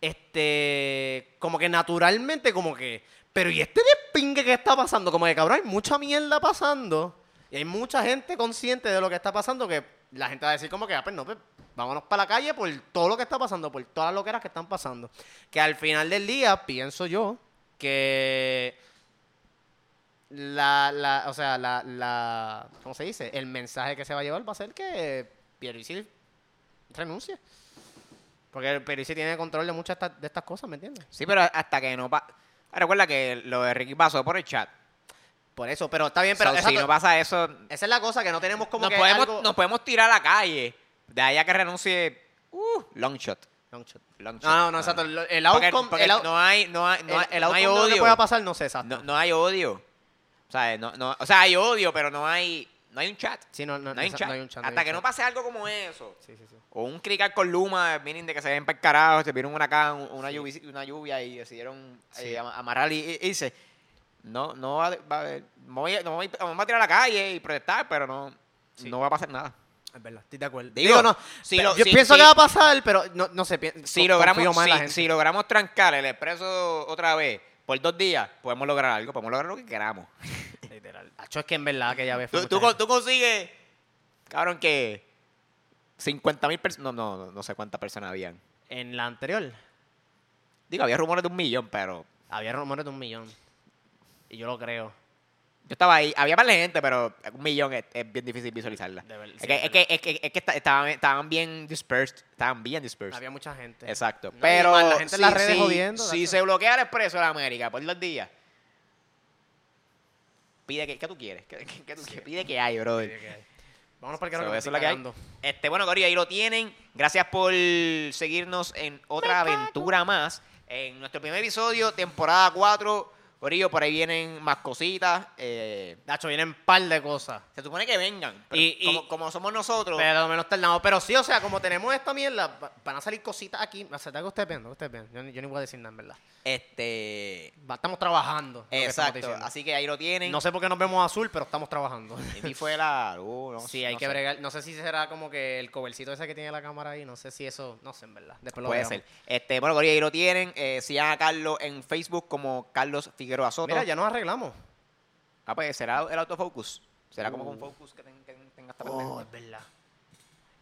B: este, como que naturalmente como que, pero ¿y este despingue que está pasando? Como que cabrón, hay mucha mierda pasando y hay mucha gente consciente de lo que está pasando que la gente va a decir como que, ah, pues no, pues vámonos para la calle por todo lo que está pasando, por todas las loqueras que están pasando. Que al final del día, pienso yo, que la, la, o sea, la, la, ¿cómo se dice? El mensaje que se va a llevar va a ser que Pierluisi renuncie. Porque Pierluisi tiene control de muchas esta- de estas cosas, ¿me entiendes?
A: Sí, pero hasta que no pa- Ah, Recuerda que lo de Ricky pasó por el chat.
B: Por eso, pero está bien, pero
A: So,
B: exacto,
A: si no pasa eso,
B: esa es la cosa que no tenemos como
A: nos
B: que
A: podemos,
B: algo-
A: nos podemos tirar a la calle. De allá que renuncie. Uh, long shot.
B: Long shot.
A: Long shot.
B: No, no, no, exacto. El el
A: Porque-
B: outcome,
A: porque
B: el, out-
A: no hay, no hay,
B: el-
A: no hay,
B: el
A: no hay
B: outcome de lo que
A: odio.
B: pueda pasar, no sé, exacto.
A: No, no hay odio. O sea, no, no, o sea, hay odio, pero no hay, no hay un chat.
B: Sí, no, no,
A: No hay un
B: exacto,
A: chat.
B: no hay un chat, no hay
A: Hasta
B: un
A: que no
B: chat.
A: pase algo como eso.
B: Sí, sí, sí.
A: O un crical con Luma, miren de que se ven para carajo, se vieron un huracán, una, lluvia, una lluvia y decidieron
B: Sí.
A: eh, ama- amarrar y y- irse. No, no va, a- va a haber- no voy a- no voy- vamos a tirar a la calle y protestar, pero no,
B: Sí.
A: no va a pasar nada.
B: Es verdad, estoy de acuerdo.
A: Digo,
B: Digo, no,
A: si
B: pe-
A: lo-
B: yo
A: si-
B: pienso
A: si-
B: que va a pasar, pero no, no sé. pien-
A: Si
B: con- confío
A: logramos,
B: más en la
A: si,
B: gente.
A: si logramos trancar el expreso otra vez por dos días, podemos lograr algo, podemos lograr lo que queramos.
B: Literal. Acho, es que en verdad que ya ves. fue
A: Tú, tú,
B: mucha
A: con- tú consigues, cabrón, que 50 mil personas, no, no, no sé cuántas personas habían.
B: gente. En la anterior
A: Digo, había rumores de un millón, pero
B: había rumores de un millón. Y yo lo creo.
A: yo estaba ahí. Había más gente, pero un millón es, es bien difícil visualizarla.
B: De ver-
A: es,
B: sí,
A: que,
B: es
A: es, que, es que- es que esta- estaban, estaban bien dispersed, estaban bien dispersed.
B: Había mucha gente.
A: Exacto.
B: No, y
A: pero
B: más la gente en
A: si-
B: las redes
A: si-
B: jodiendo,
A: si
B: tacho.
A: se bloquea el expreso de la América por dos días, pide que, ¿qué tú quieres, ¿Qué, qué- qué tú quieres? pide que hay, brother.
B: Vámonos para el
A: So,
B: carro.
A: eso es lo que hay. Este, bueno, Corillo, ahí lo tienen. Gracias por seguirnos en otra aventura más. En nuestro primer episodio, temporada 4. Corillo, por ahí vienen más cositas. eh,
B: Nacho, vienen un par de cosas.
A: se supone que vengan. pero
B: Y- y-
A: como, como somos nosotros.
B: Pero menos tardamos. Pero sí, o sea, como tenemos esta mierda, va- van a salir cositas aquí. O sea, que ustedes ven, que ustedes ven. Yo, ni- yo ni voy a decir nada, en verdad.
A: Este.
B: Va- Estamos trabajando. lo que estamos
A: Exacto.
B: diciendo.
A: Así que ahí lo tienen.
B: No sé por qué nos vemos azul, pero estamos trabajando.
A: Y fue la luz, no
B: Sí,
A: sé,
B: hay
A: no
B: que
A: sé.
B: bregar. No sé si será como que el covercito ese que tiene la cámara ahí. No sé si eso. No sé, en verdad. Después lo
A: Puede
B: veremos.
A: ser. Este, bueno, Corillo, ahí lo tienen. Eh, sigan a Carlos en Facebook como Carlos Figueroa Soto.
B: Mira, ya nos arreglamos.
A: Ah, pues será el autofocus. Será como con focus que ten- que tenga esta pendeja.
B: Oh, es verdad.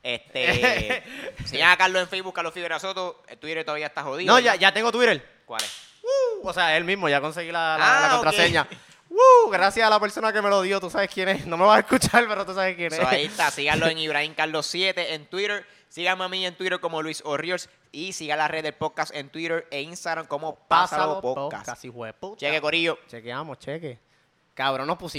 A: Este. Señala a Carlos en Facebook, Carlos Figueroa Soto. El Twitter todavía está jodido.
B: No, ya,
A: ¿verdad?
B: ya tengo Twitter.
A: ¿Cuál es?
B: Uh, o sea, él mismo, ya conseguí la, la- la
A: Ah, ok.
B: contraseña. Uh, gracias a la persona que me lo dio, tú sabes quién es. No me vas a escuchar, pero tú sabes quién es.
A: So, ahí está. Síganlo en Ibrahim Carlos 7 en Twitter. Síganme a mí en Twitter como Luis Orriors. Y siga la red del podcast en Twitter e Instagram como Pásalo Podcast.
B: hijo de puta.
A: Cheque, Corillo.
B: Chequeamos, cheque. Cabrón, nos pusimos.